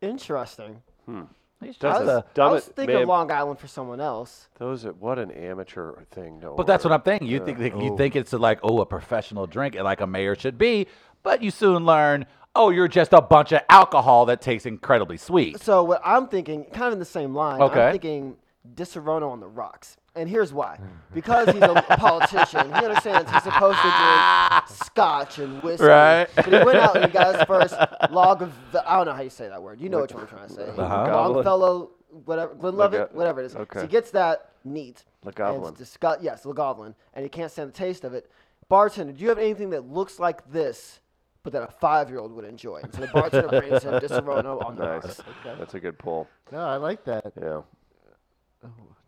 A: Interesting.
C: He's
A: I
C: just
A: was,
C: a,
A: I
B: dumb
A: was
B: it,
A: thinking
B: man.
A: of Long Island for someone else.
B: Those. Are, what an amateur thing. No.
C: But that's what I'm thinking. You think that- you think it's a, like oh a professional drink and like a mayor should be, but you soon learn oh you're just a bunch of alcohol that tastes incredibly sweet.
A: So what I'm thinking, kind of in the same line,
C: Okay.
A: I'm thinking Disaronno on the rocks. And here's why. Because he's a politician, he understands he's supposed to drink scotch and whiskey.
C: Right.
A: But he went out and he got his first log of the, I don't know how you say that word. You know which one I'm trying to say.
B: Goblin?
A: Longfellow, whatever, Glenlivet,
B: Got-
A: whatever it is.
B: okay.
A: So he gets that neat. And
B: Legoblin.
A: it's disgu- yes, Legoblin. And he can't stand the taste of it. Bartender, do you have anything that looks like this, but that a five-year-old would enjoy? And so the bartender brings him Disaronno on the
B: Nice.
A: rocks.
B: That's a good pull.
D: No, I like that.
B: Yeah.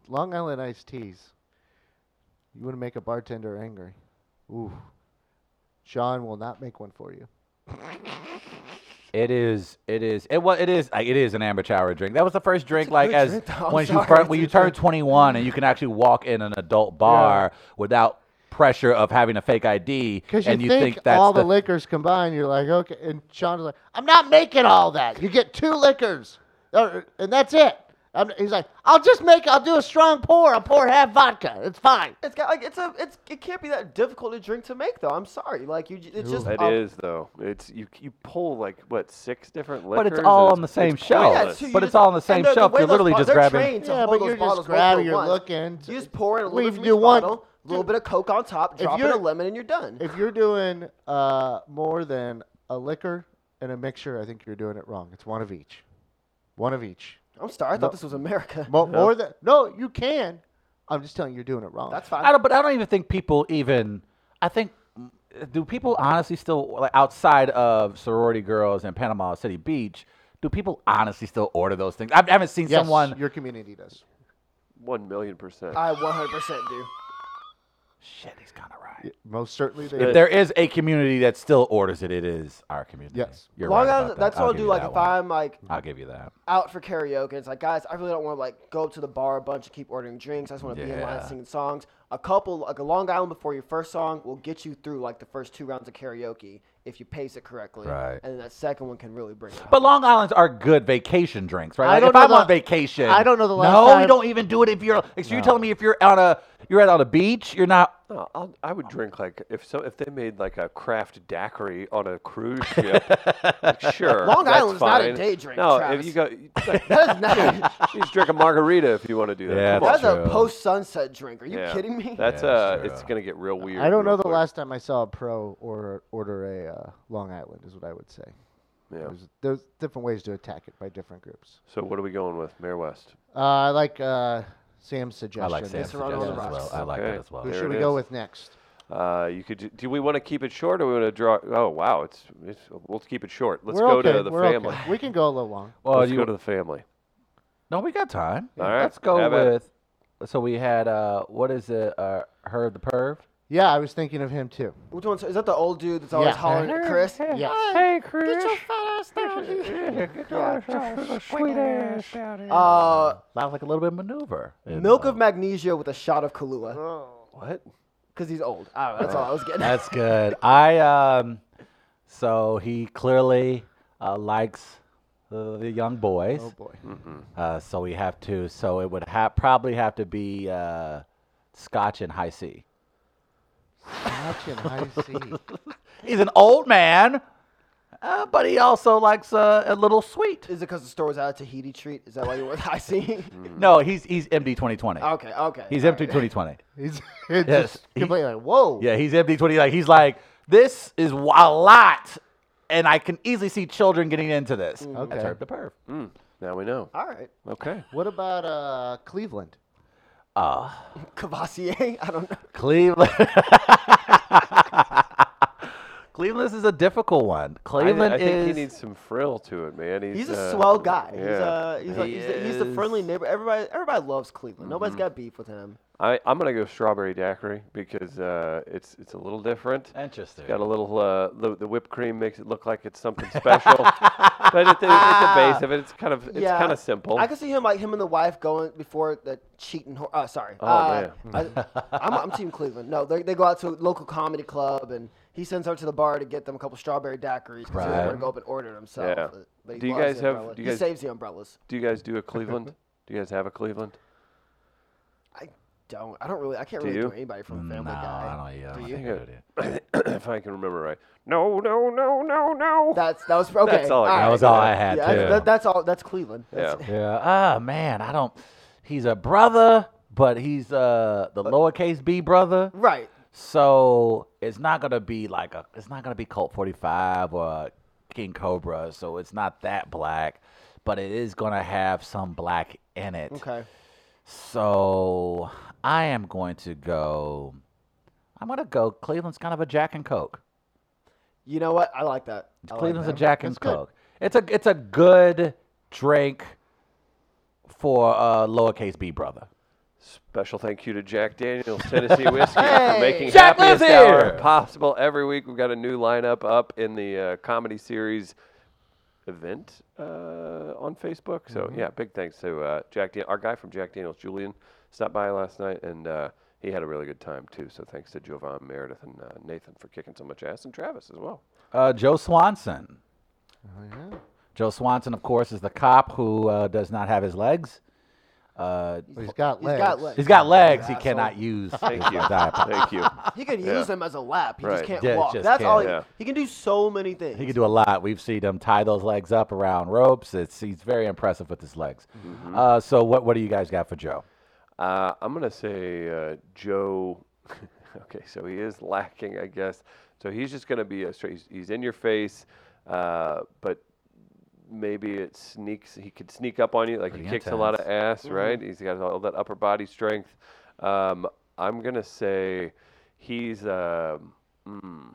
D: Long Island iced teas. You want to make a bartender angry. Ooh. Sean will not make one for you.
C: It is. It is. It was. It is. Like, it is an amber hour drink. That was the first drink, like
A: good
C: as
A: drink, though. I'm
C: once you
A: sorry,
C: first,
A: it's
C: when
A: a
C: you turn
A: drink.
C: 21 and you can actually walk in an adult bar without pressure of having a fake ID,
D: Because you,
C: and you
D: think,
C: that's
D: all the,
C: the,
D: liquors combined, you're like, okay. And Sean's like, I'm not making all that. You get two liquors, or- and that's it. I'm, he's like, I'll just make, I'll do a strong pour. I'll pour half vodka. It's fine.
A: It's got like it's a it's it can't be that difficult to drink to make though. I'm sorry, like you, j- it's just
B: It
A: um,
B: is though. It's you. You pull like what six different liquors.
C: but it's
B: and
C: all on the same
A: Yeah,
C: shelf.
B: pointless.
A: so you
C: but
A: just-
C: it's all on the same
A: and they're-
C: shelf.
A: way
C: You're
A: those
C: literally
A: bo-
C: just
A: they're
C: grabbing.
A: trained to
D: Yeah,
A: hold
D: but
A: those
D: you're just
A: bottles multiple
D: grabbing,
A: at
D: you're
A: once.
D: looking to-
A: You just pour in a little
D: Leave
A: bit
D: you
A: from each
D: one-
A: bottle, a little bit of Coke on top, drop in
D: you're-
A: a lemon, and you're done.
D: If you're doing uh, more than a liquor and a mixture, I think you're doing it wrong. It's one of each. One of each.
A: I'm sorry, I thought this was America.
D: Mo- More than, no, you can. I'm just telling you, you're doing it wrong.
A: That's fine.
C: I don't. But I don't even think people even. I think. Do people honestly still like outside of sorority girls in Panama City Beach? Do people honestly still order those things? I haven't seen
D: Yes,
C: someone
D: your community does.
B: One million percent.
A: I 100% do.
C: Shit, he's kind of right.
D: Most certainly they
C: If
D: do.
C: there is a community that still orders it, it is our community.
D: Yes.
C: you're
A: Long
C: right.
A: Island-
C: about that.
A: that's
C: I'll
A: what I'll
C: give
A: do.
C: you
A: Like
C: that
A: if
C: one.
A: I'm like
C: I'll give you that.
A: out for karaoke, it's like guys, I really don't want to like go to the bar a bunch and keep ordering drinks. I just want to be in line
C: Yeah.
A: singing songs. A couple like a Long Island before your first song will get you through like the first two rounds of karaoke if you pace it correctly,
C: Right.
A: and then that second one can really bring it.
C: But Long Islands are good vacation drinks, right?
D: I
C: Like
D: don't
C: if
D: know
C: I'm
D: the-
C: on vacation,
D: I don't know the last
C: No, you
D: time-
C: don't even do it if you're. So you're telling me if you're on a you're out on a beach, you're not.
B: No, I'll, I would drink like if so if they made like a craft daiquiri on a cruise ship. sure,
A: Long
B: that's
A: Island's not a
B: fine.
A: day drink,
B: No, if
A: Travis.
B: you go,
A: that is not.
B: you just drink a margarita if you want to do that.
C: Yeah,
B: Come on.
A: That's a
C: True.
A: post sunset drink. Are you
B: Yeah.
A: kidding me?
B: That's
C: Yeah,
B: uh,
C: sure.
B: it's gonna get real weird.
D: I don't know
B: real
D: the
B: quick.
D: last time I saw a pro or order a uh, Long Island is what I would say.
B: Yeah.
D: There's, there's different ways to attack it by different groups.
B: So what are we going with, Mayor West?
D: Uh, I like uh, Sam's suggestion.
C: I like Sam's
A: It's around on the
C: suggestion as well.
A: rocks.
C: I like
B: Okay.
C: that as well.
D: Who
B: There
D: should
B: it
D: we go
B: is.
D: with next?
B: Uh, you could. ju- Do we want to keep it short, or we want to draw? Oh wow, it's, it's we'll keep it short. Let's
D: We're
B: go
D: okay.
B: to the
D: We're
B: family.
D: Okay. We can go a little long.
C: Well,
B: Let's
C: you
B: go to the family.
C: no, we got time.
B: All right,
C: Let's go
B: have at it.
C: with. So we had uh, what is it? Uh, Herb the perv.
D: Yeah, I was thinking of him too.
A: Which one's is that the old dude that's always
D: Yeah.
A: hollering at Chris?
D: Yeah.
C: Hey, Chris.
A: Uh,
C: Sounds like a little bit of maneuver. in
A: milk
C: that.
A: of magnesia with a shot of Kahlua.
B: Oh. What?
A: Cause he's old. I don't know, that's
C: Uh,
A: all I was getting. at.
C: That's good. I um, so he clearly uh, likes the, the young boys.
D: Oh boy.
B: Hmm.
C: Uh, so we have to. So it would have probably have to be uh, Scotch and high C.
D: Imagine high C.
C: He's an old man, uh, but he also likes uh, a little sweet.
A: Is it because the store was out of Tahiti treat? Is that why you were I see?
C: No, he's he's MD twenty twenty.
A: okay, okay.
C: He's
A: all
C: MD twenty twenty.
D: He's it's
C: Yes,
D: just
C: he-
D: completely like, whoa.
C: Yeah, he's MD twenty. Like he's like this is a lot, and I can easily see children getting into this.
D: Okay.
B: Mm-hmm.
C: That's Herb the perv.
B: Mm, now we know.
A: All right.
B: Okay.
D: What about uh, Cleveland?
C: Uh,
A: Cavassier? I don't know.
C: Cleveland. Cleveland is a difficult one.
B: I,
C: Cleveland
B: I think
C: is.
B: he needs some frill to it, man. He's,
A: He's
B: uh,
A: a swell guy.
B: Yeah.
A: He's uh he's like
C: He
A: he's, the, he's the friendly neighbor. Everybody everybody loves Cleveland.
B: Mm-hmm.
A: Nobody's got beef with him.
B: I, I'm gonna go strawberry daiquiri because uh, it's it's a little different.
C: Interesting.
B: Got a little uh, the, the whipped cream makes it look like it's something special, but at the, at the base of it, it's kind of it's kind of simple.
A: I could see him like him and the wife going before the cheating. Whore. Uh, sorry. Oh
B: man.
A: I, I'm, I'm Team Cleveland. No, they, they go out to a local comedy club and he sends her to the bar to get them a couple strawberry daiquiris because he doesn't
C: Right.
A: want to go up and order it himself.
B: Yeah.
A: but- But he
B: Do you
A: loves
B: guys
A: the
B: have-
A: umbrella.
B: do you
A: he
B: guys-
A: saves the umbrellas.
B: do you guys do a Cleveland? do you guys have a Cleveland?
A: I don't. I don't really. I can't
B: Do
A: really
B: you?
A: do anybody from Family
C: no,
A: Guy.
C: I don't. Yeah, I
A: Do
C: don't
A: you?
C: think I would, yeah.
B: if I can remember right. No, no, no, no, no.
A: That's that was okay.
B: That's all I got.
C: That was all I had,
A: Yeah, that's,
C: too.
A: that, that's all. That's Cleveland. That's,
B: Yeah.
C: Yeah. Ah, man, I don't. He's a brother, but he's uh the lowercase b brother.
A: Right.
C: So it's not gonna be like a. It's not gonna be Colt forty five or King Cobra. So it's not that black, but it is gonna have some black in it.
A: Okay.
C: So I am going to go. I'm gonna go. Cleveland's kind of a Jack and Coke.
A: You know what? I like that. I like
C: Cleveland's
A: that.
C: a Jack and Coke. It's a it's a good drink for a lowercase b brother.
B: Special thank you to Jack Daniels Tennessee Whiskey for
A: Hey!
B: making
C: Jack
B: Happiest
C: lives
B: Hour
C: here!
B: possible every week. We've got a new lineup up in the uh, comedy series event uh, on Facebook. So yeah, big thanks to uh, Jack. Dan- our guy from Jack Daniels, Julian, stopped by last night and. Uh, he had a really good time too, so thanks to Jovan Meredith and uh, Nathan for kicking so much ass, and Travis as well.
C: Uh, Joe Swanson.
B: Oh,
C: Joe Swanson, of course, is the cop who uh, does not have his legs. Uh,
D: He's got legs.
A: got legs.
C: he's got legs he cannot use.
B: Thank you, thank you.
A: He can
B: Yeah.
A: use them as a lap. He
B: Right.
A: just can't
C: Yeah,
A: walk.
C: just
A: That's
C: can't.
A: all. He,
B: Yeah.
A: he can do so many things.
C: He can do a lot. We've seen him tie those legs up around ropes. It's he's very impressive with his legs.
B: Mm-hmm.
C: Uh, so what what do you guys got for Joe?
B: Uh, I'm gonna say uh, Joe. okay, so he is lacking, I guess. So he's just gonna be a straight. He's, he's in your face, uh, but maybe it sneaks. He could sneak up on you. Like
C: Pretty
B: he kicks a lot of ass, right? He's got all that upper body strength. Um, I'm gonna say he's. Um, mm,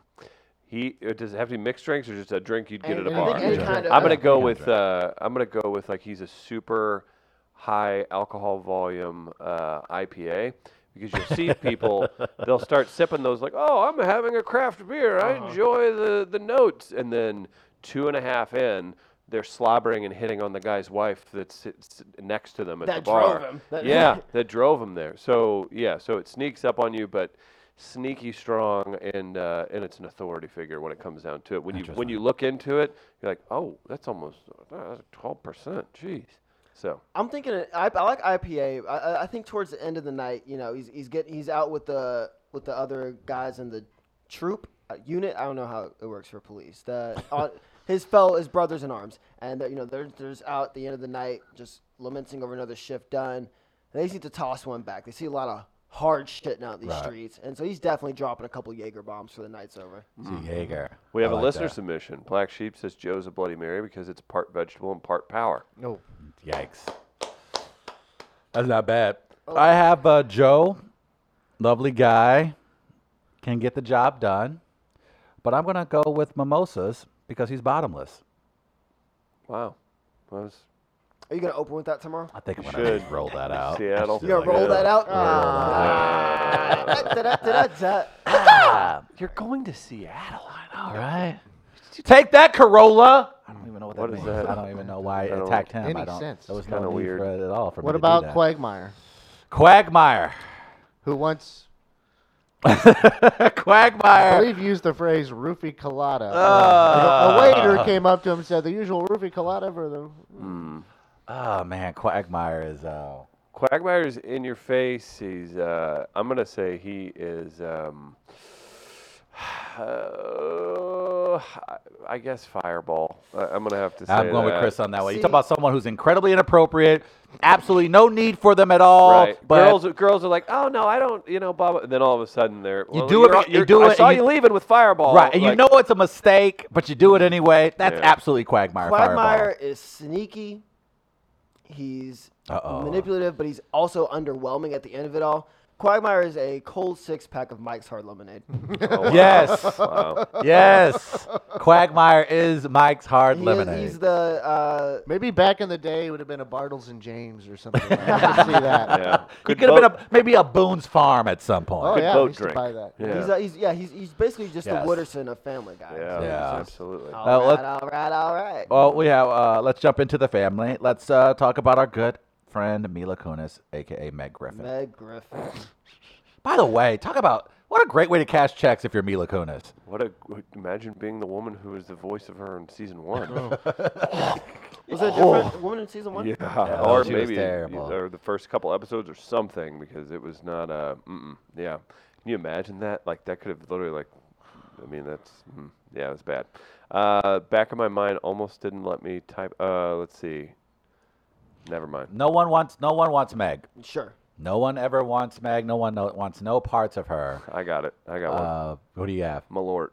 B: he uh, does it have to be mixed drinks or just a drink you'd get at a
A: Any-
B: bar?
A: any kind of-
B: I'm gonna
A: any
B: go with uh, I'm gonna go with like he's a super high alcohol volume uh, IPA because you'll see people they'll start sipping those like oh I'm having a craft beer I enjoy the the notes and then two and a half in they're slobbering and hitting on the guy's wife that sits next to them at the
A: That
B: bar
A: drove him. That-
B: yeah that drove him there so yeah so it sneaks up on you but sneaky strong and uh, and it's an authority figure when it comes down to it when you when you look into it you're like oh that's almost uh, that's 12 percent jeez so
A: I'm thinking. it- I, I like IPA. I- I, I think towards the end of the night, you know, he's he's getting he's out with the with the other guys in the troop uh, unit. I don't know how it works for police. The on, his fellow his brothers in arms, and they're, you know they're they're just out at the end of the night, just lamenting over another shift done. And they just need to toss one back. They see a lot of hard shitting out in these streets, and so he's definitely dropping a couple Jaeger bombs for the night's over.
C: See Jaeger.
B: Mm-hmm. we have
C: I
B: a
C: like
B: listener
C: that.
B: submission black sheep says joe's a bloody mary because it's part vegetable and part power
D: No.
C: Yikes. That's not bad.
B: Oh.
C: I have uh, Joe, lovely guy, can get the job done, but I'm gonna go with mimosas because he's bottomless.
B: wow that was
A: Are you gonna open with that tomorrow?
C: I think I'm gonna
B: should.
C: roll that out.
B: Seattle. uh,
A: You gonna
B: Yeah.
A: roll that out? Ah.
B: you're going to seattle
C: All right. Take that, Corolla. I don't even know what that
B: What is
C: means.
B: that?
C: I don't even know why it
B: don't-
C: attacked him. I
D: Any
C: don't.
D: sense.
C: There was
B: Kinda
C: no need
B: weird.
C: for it at all for me
D: What
C: to do
D: about
C: that.
D: Quagmire,
C: Quagmire?
D: who once I
C: Quagmire.
D: believe used the phrase "roofie colada"? Uh, a waiter came up to him and said, "The usual roofie colada for the."
C: Oh man, Quagmire is. Uh,
B: Quagmire's in your face. He's. Uh, I'm gonna say he is. Um, uh, I guess Fireball. I, I'm gonna have to say.
C: I'm going with
B: that.
C: Chris on that one. You
A: See-
C: talk about someone who's incredibly inappropriate, absolutely no need for them at all.
B: Right.
C: But
B: girls, girls are like, oh no, I don't, you know, Bob. And then all of a sudden they're. well,
C: do it
B: you're-
C: bec- you
B: you're-
C: do
B: I
C: it
B: saw
C: and
B: you
C: you-
B: leaving with Fireball.
C: right, and you
B: Like,
C: know it's a mistake, but you do it anyway. That's
B: Yeah.
C: absolutely Quagmire.
A: Quagmire is sneaky. He's
C: Uh-oh.
A: manipulative, but he's also underwhelming at the end of it all. Quagmire is a cold six pack of Mike's Hard Lemonade.
B: oh, wow.
C: Fireball. Yes,
B: Wow.
C: yes. Quagmire is Mike's hard
A: He is-
C: lemonade.
A: he's the uh,
D: Maybe back in the day, it would have been a Bartles and James or something. Like that. I can see that.
B: Yeah.
C: He
B: Good
C: could have been
B: vote.
C: a, maybe a Boone's Farm at some point.
D: Oh yeah, I
B: boat
D: used
B: drink.
D: to buy that.
B: Yeah.
A: he's, a, he's yeah he's, he's basically just
C: Yes.
A: the Wooderson of Family Guy.
B: yeah.
C: Yeah.
B: Absolutely.
A: All
C: Uh, let-
A: right, all right, all right.
C: Well, we have. Uh, let's jump into the family. Let's uh, talk about our good friend Mila Kunis, aka Meg Griffin.
A: Meg Griffin.
C: By the way, talk about what a great way to cash checks if you're Mila Kunis.
B: What a. Imagine being the woman who was the voice of her in season one.
C: Oh,
A: Was there a different woman in season one?
B: Yeah,
C: Yeah,
B: or
C: she was
B: maybe
C: terrible.
B: or the first couple episodes or something because it was not uh, mm-mm, yeah. Can you imagine that? Like that could have literally like, I mean that's mm, yeah, it was bad. Uh, back of my mind almost didn't let me type. Uh, let's see. Never mind.
C: No one wants. No one wants Meg.
A: Sure.
C: No one ever wants Meg. No one no, wants no parts of her.
B: I got it. I got one.
C: Uh, who do you have?
B: Malort.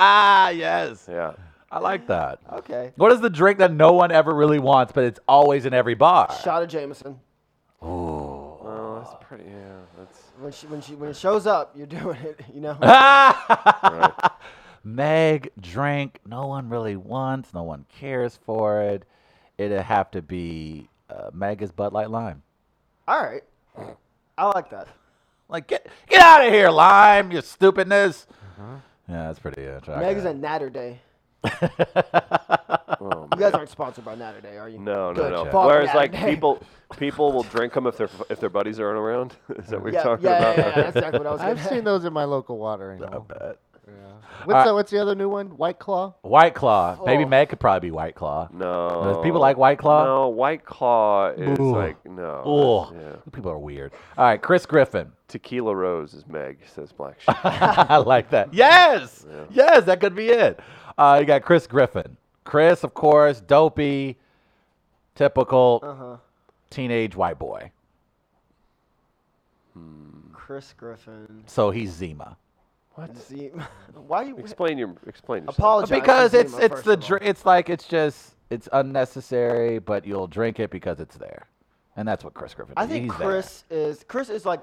C: Ah, yes.
B: Yeah.
C: I like that.
A: Okay.
C: What is the drink that no one ever really wants, but it's always in every bar?
A: Shot of Jameson.
B: Well, Oh, that's pretty. Yeah, that's
A: When she when she when it shows up, you're doing it. You know.
C: Meg drink. No one really wants. No one cares for it. It'd have to be uh, Meg is Bud Light Lime.
A: All right. I like that.
C: Like, get get out of here, Lime, you stupidness.
B: Mm-hmm.
C: Yeah, that's pretty uh, tragic.
A: Meg's a Natter Day.
C: Oh,
A: you guys aren't sponsored by Natter Day, are you?
B: No, no,
A: Good.
B: no.
A: Fuck
B: Whereas,
A: Natter
B: like
A: Day.
B: people, people will drink them if their if their buddies aren't around. Is that what you're
A: Yeah,
B: talking
A: yeah, yeah,
B: about?
A: yeah, That's exactly what I was.
D: I've
A: gonna-
D: seen those in my local watering hole. What's
C: Uh,
D: the, what's the other new one? White Claw.
C: White Claw. Baby
A: Oh.
C: Meg could probably be White Claw.
B: No.
C: Does people like White Claw?
B: No, White Claw is
C: Ooh.
B: like no.
C: Oh,
B: Yeah.
C: people are weird. All right, Chris Griffin.
B: Tequila Rose is Meg says Black Sheep.
C: I like that. Yes, yes, that could be it. Uh, you got Chris Griffin. Chris, of course, dopey, typical
A: Uh-huh.
C: teenage white boy.
A: Chris Griffin.
C: So he's Zima
A: What? Why you
B: explain your explain yourself.
A: apologize? to
C: because it's
A: Zima,
C: it's
A: first
C: the
A: of all.
C: dr- it's like it's just it's unnecessary, but you'll drink it because it's there, and that's what Chris Griffin.
A: I
C: is.
A: think
C: He's there.
A: Chris is Chris is like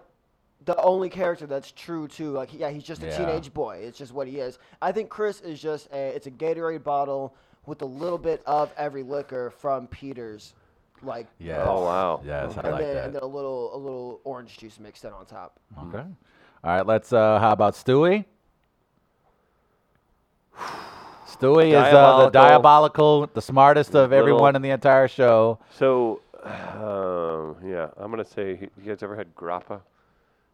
A: the only character that's true to like yeah he's just a
C: Yeah.
A: teenage boy it's just what he is I think Chris is just a it's a Gatorade bottle with a little bit of every liquor from Peter's like
C: Yes.
B: Oh wow.
C: Yes, I
A: and,
C: like
A: then,
C: that.
A: and then a little a little orange juice mixed in on top
C: Okay. All right, let's. Uh, how about Stewie? Stewie is uh, the
B: Diabolical.
C: diabolical, the smartest of everyone
B: Little-
C: in the entire show.
B: So, um, yeah, I'm gonna say you guys ever had grappa?
A: I've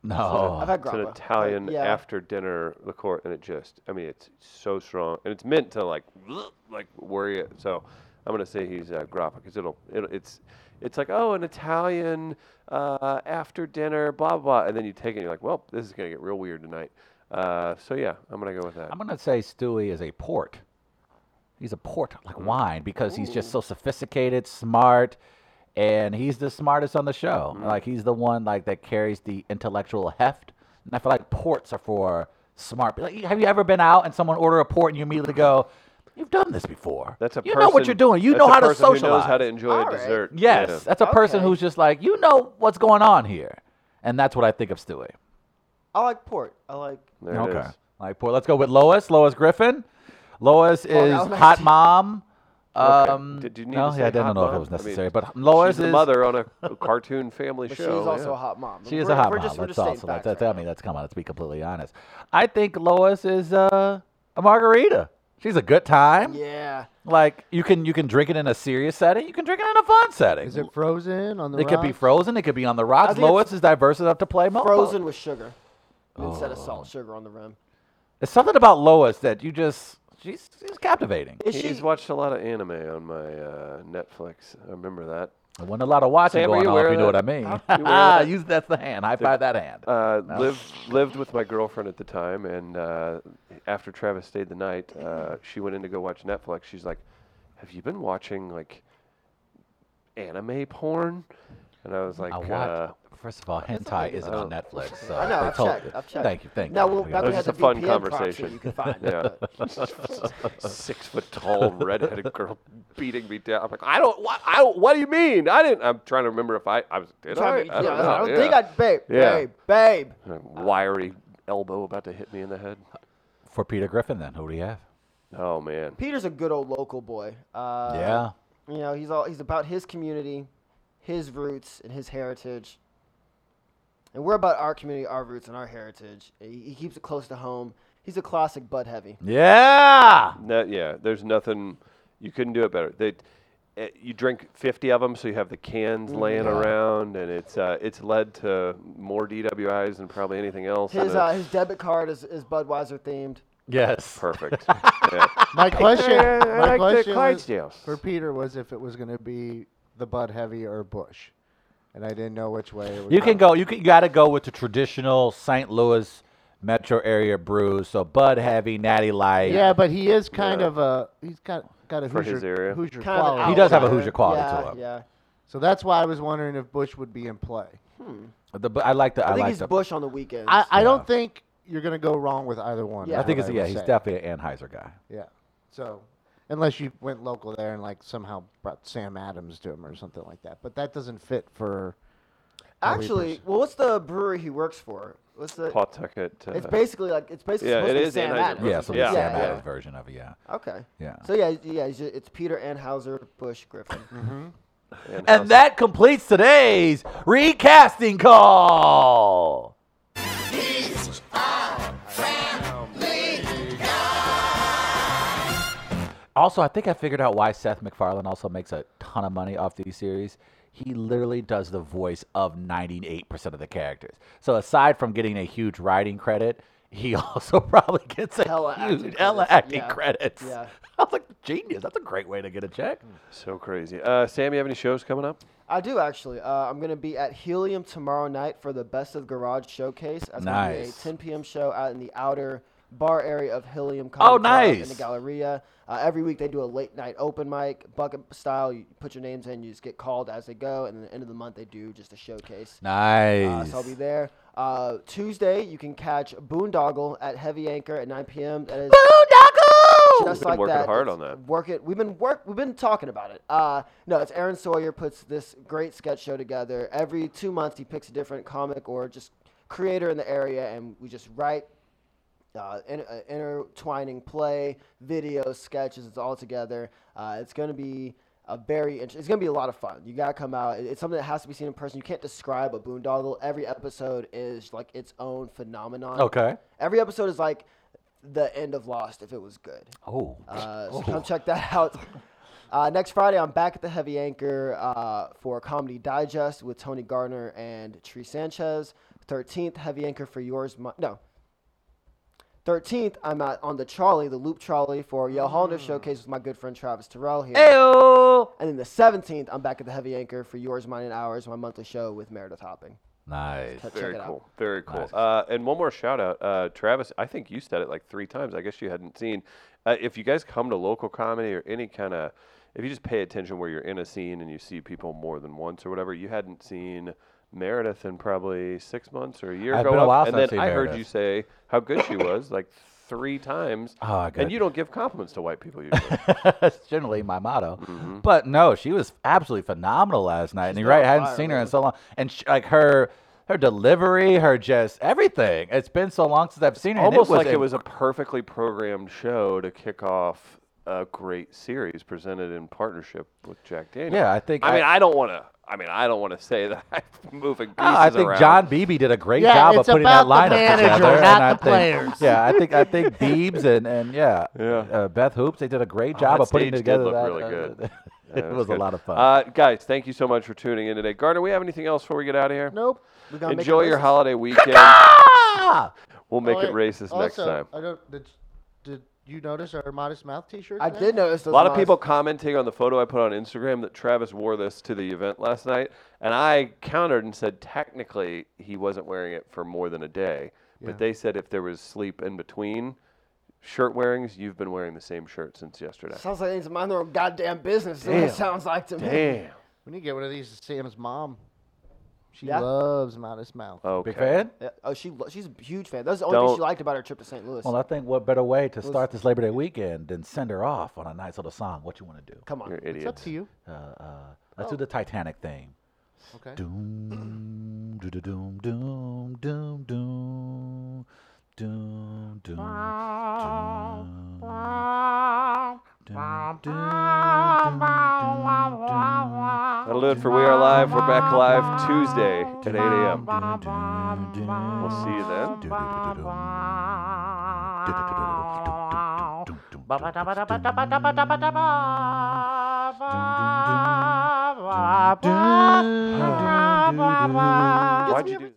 C: No.
A: had
B: Oh, It's an
A: grappa but
B: Italian
A: yeah.
B: after dinner liqueur, and it just, I mean, it's so strong, and it's meant to like, like worry it. So, I'm gonna say he's uh, grappa because it'll, it'll, it's, it's like oh, an Italian uh, after dinner, blah blah, blah, and then you take it, and you're like, well, this is gonna get real weird tonight. Uh, so yeah, I'm gonna go with that.
C: I'm going to say Stewie is a port. He's a port, like
B: Mm.
C: wine, because he's just so sophisticated, smart, and he's the smartest on the show.
B: Mm.
C: Like, he's the one, like, that carries the intellectual heft. And I feel like ports are for smart. Like, have you ever been out and someone order a port and you immediately go, you've done this before.
B: that's a
C: You
B: person,
C: know what you're doing. You
B: that's
C: know
B: a
C: how to
B: person
C: socialize.
B: Who knows how to enjoy
A: All
B: a
A: right.
B: dessert.
C: Yes, that's a person
A: Okay.
C: who's just like, you know what's going on here. And that's what I think of Stewie.
A: I like port I like
B: There it is.
C: Like, poor, let's go with Lois. Lois Griffin. Lois is
A: that was nice.
C: hot mom.
B: Okay.
C: Um,
B: Did you need
C: no,
B: to
C: yeah,
B: say
C: I didn't
B: hot
C: know if it
B: mom?
C: was
B: I mean,
C: necessary, but Lois
B: She's the
C: is
B: mother on a, a cartoon family
A: but she's
B: show.
A: also
B: yeah.
A: a hot mom
C: She is
A: We're-
C: a hot
A: we're
C: mom.
A: just, we're just
C: let's
A: stating
C: also let's,
A: facts
C: let's,
A: right
C: I
A: now.
C: mean, let's come on. Let's be completely honest. I think Lois is uh, a margarita. She's a good time.
A: yeah
C: Like you can you can drink it in a serious setting. You can drink it in a fun setting.
D: Is it frozen on the?
C: it could be
D: rocks?
C: frozen. It could be on the rocks.
A: think it's
C: Lois is diverse enough to play mo-
A: frozen with sugar instead of
B: Oh.
A: salt sugar on the rim
C: It's something about Lois that you just she's she's captivating.
A: is
B: He's
A: she
B: watched a lot of anime on my uh, Netflix. I remember that.
C: There wasn't a lot of watching
B: Sam, were
C: going
B: you
C: on, if
B: aware
C: you know what I
B: of
C: mean.
B: You aware of that?
C: Use that's the hand. High five that hand.
B: Uh, Lived lived with my girlfriend at the time, and uh, after Travis stayed the night, uh, she went in to go watch Netflix. She's like, "Have you been watching like anime porn?" And I was like,
C: I watched.
B: uh,
C: First of all, hentai isn't on Netflix. So
A: I know.
C: they
A: I've
C: told-
A: checked. I've checked.
C: Thank you. Thank
A: now
C: you.
A: we'll
C: We
A: now
C: got
A: we
B: That
A: have
B: was just
A: the
B: a fun
A: VPN proxy
B: conversation.
A: you can find.
B: "Yeah,
A: but-
B: six foot tall redheaded girl beating me down." I'm like, "I don't what I don't, what do you mean? I didn't." I'm trying to remember if I I was did I?
A: Trying to-
B: I don't,
A: yeah,
B: know.
A: I don't
B: yeah.
A: think I, babe,
B: Yeah.
A: babe, babe.
B: A wiry elbow about to hit me in the head.
C: For Peter Griffin, then who do you have?
B: Oh man.
A: Peter's a good old local boy. Uh,
C: yeah.
A: You know, he's all he's about his community, his roots and his heritage. And we're about our community, our roots and our heritage. He, he keeps it close to home. He's a classic butt heavy.
C: Yeah.
B: No, yeah, there's nothing. You couldn't do it better. They, eh, you drink 50 of them, so you have the
A: Mm.
B: cans laying around, and it's uh, it's led to more DWIs than probably anything else. and
A: His
B: a-
A: uh, his debit card is, is Budweiser themed.
C: Yes.
B: perfect. yeah.
D: My question, my
B: like the
D: question was-
B: Clydesdales.
D: for Peter was if it was going to be the Bud Heavy or Bush, and I didn't know which way. It would
C: You can go. You can. You got to go with the traditional St. Louis metro area brews. So Bud Heavy, Natty Light.
D: Yeah, but he is kind
B: Yeah.
D: of a. He's got got a
B: For
D: Hoosier,
B: his area.
D: Hoosier
A: Kind of an
D: quality.
C: He does have a
A: outlier.
C: Hoosier quality
A: yeah,
C: to him.
A: Yeah.
D: So that's why I was wondering if Bush would be in play.
C: The, bu- I like the. I,
A: I, think
C: like
A: he's
C: the.
A: Bush on the weekends.
D: I, I don't think you're going to go wrong with either one.
A: uh, Yeah.
D: is
C: I think
D: what
C: it's yeah.
D: would
C: He's
D: say.
C: definitely an Anheuser guy.
D: Yeah. So, unless you went local there and like somehow brought Sam Adams to him or something like that, but that doesn't fit for. how we
A: Actually,
D: pers-
A: well, what's the brewery he works for? What's the?
B: Pawtucket. Uh,
A: It's basically like it's basically
B: yeah,
A: supposed
B: it
A: to be
B: is
A: Sam
B: Anheuser
A: Adams.
B: Busch.
C: Yeah. So the
B: Yeah,
C: Sam
B: yeah.
C: Adams version of it. Yeah.
A: Okay.
C: Yeah.
A: So yeah, yeah, it's, ju- it's Peter Anheuser Busch Griffin.
B: how's-
C: And that completes today's recasting call. Also, I think I figured out why Seth MacFarlane also makes a ton of money off these series. He literally does the voice of 98% of the characters. So aside from getting a huge writing credit, he also probably gets a
D: Hella acting
C: huge hella
D: credits.
C: acting
D: Yeah.
C: credits.
D: Yeah.
C: I
D: Mm.
C: was like, genius. That's a great way to get a check.
B: so crazy. Uh, Sam, you have any shows coming up?
A: I do actually. Uh, I'm gonna be at Helium tomorrow night for the Best of Garage Showcase. That's gonna be a
C: Nice.
A: 10 p.m. show out in the outer bar area of Helium. Comedy
C: Oh,
A: Club In the
C: nice.
A: Galleria. Uh, every week they do a late night open mic, bucket style. You put your names in, you just get called as they go, and then at the end of the month they do just a showcase. Uh,
C: Nice.
A: so I'll be there. Uh, Tuesday, you can catch Boondoggle at Heavy Anchor at 9 p.m. That is
C: Boondoggle!
A: just
B: We've been
A: like
B: working
A: that.
B: hard
A: It's-
B: on that.
A: Work it. We've been work. We've been talking about it. Uh, no, it's Aaron Sawyer puts this great sketch show together. Every two months, he picks a different comic or just creator in the area, and we just write. Uh, in, uh, intertwining play, video, sketches, it's all together. Uh, it's going to be a very interesting. It's going to be a lot of fun. You got to come out. It- It's something that has to be seen in person. You can't describe a boondoggle. Every episode is like its own phenomenon.
C: Okay.
A: Every episode is like the end of Lost if it was good.
C: Oh.
A: Uh, so come check that out. Uh, next Friday, I'm back at the Heavy Anchor uh, for Comedy Digest with Tony Gardner and Tree Sanchez. 13th, Heavy Anchor for yours. Mi- no. 13th, I'm at, on the trolley, the loop trolley for Yo
B: Mm.
A: Hollander Showcase with my good friend Travis Terrell here. And then the 17th, I'm back at the Heavy Anchor for Yours, Mine, and Ours, my monthly show with Meredith Hopping.
C: Nice.
A: Check
B: Very
A: it out.
B: cool. Very cool. Uh, and one more shout out, uh, Travis. I think you said it like three times. I guess you hadn't seen. Uh, if you guys come to local comedy or any kind of, if you just pay attention where you're in a scene and you see people more than once or whatever, you hadn't seen Meredith in probably six months or a year
C: It's
B: ago.
C: been a while
B: and
C: since I've
B: then
C: seen
B: I heard
C: Meredith.
B: you say how good she was like three times.
C: Ah,
B: and
C: good.
B: you don't give compliments to white people usually.
C: That's generally my motto.
B: Mm-hmm.
C: But no, she was absolutely phenomenal last night. and you're right, I hadn't seen her in so long. And sh like her her delivery, her just everything. It's been so long since I've seen her. and
B: almost like
C: inc-
B: it was a perfectly programmed show to kick off a great series presented in partnership with Jack Daniels.
C: Yeah, I think
B: I, mean,
C: I-
B: I don't want to. I mean, I don't want to say that I'm moving pieces
C: Ah, I think
B: around.
C: John Beebe did a great
D: Yeah,
C: job of
D: it's
C: putting
D: about
C: that
D: the
C: lineup
D: manager,
C: together. and
D: not
C: I
D: the
C: think-
D: players.
C: Yeah, I think I think Beebs and, and yeah, Uh, Beth Hoops, they did a great job
B: Oh, that
C: of putting
B: stage did
C: together
B: look
C: that.
B: really
C: uh,
B: good.
C: it
B: Yeah, it
C: was a
B: good.
C: lot of fun.
B: Uh, guys, thank you so much for tuning in today. Gardner, we have anything else before we get out of here?
D: Nope.
A: We're gonna make it
B: Enjoy your
A: racist.
B: holiday weekend.
C: Ah!
B: We'll make
D: Oh,
B: it
D: wait.
B: racist next
D: Also,
B: time.
D: I don't. Did, did you notice our modest mouth T-shirt?
A: I did notice
B: A lot of people commenting on the photo I put on Instagram that Travis wore this to the event last night, and I countered and said technically he wasn't wearing it for more than a day, but they said if there was sleep in between shirt wearings, you've been wearing the same shirt since yesterday.
A: Sounds like they need to mind their own goddamn business. is what It sounds like to me.
B: Damn.
D: We need to get one of these to Sam's mom. She
A: Yeah?
D: loves modest mouth.
B: Okay.
C: Big fan.
A: Yeah. Oh, she lo- she's a huge fan. That's the only thing
B: Don't-
A: she liked about her trip to St. Louis.
C: Well, I think what better way to start this Labor Day weekend than send her off on a nice little song? What you want to do?
A: Come on.
B: You're
D: It's up
B: idiots.
D: to you.
C: Uh, uh, let's do the Titanic theme.
D: Okay.
C: Doom, doo doo doom, doom, doom, doom, doom, doom, doom, doom, doom, doom,
B: That'll do it for We Are Live. We're back live Tuesday at 8 a.m.
C: doom, doom, doom.
B: We'll see you then.
C: Why'd
B: Why'd you do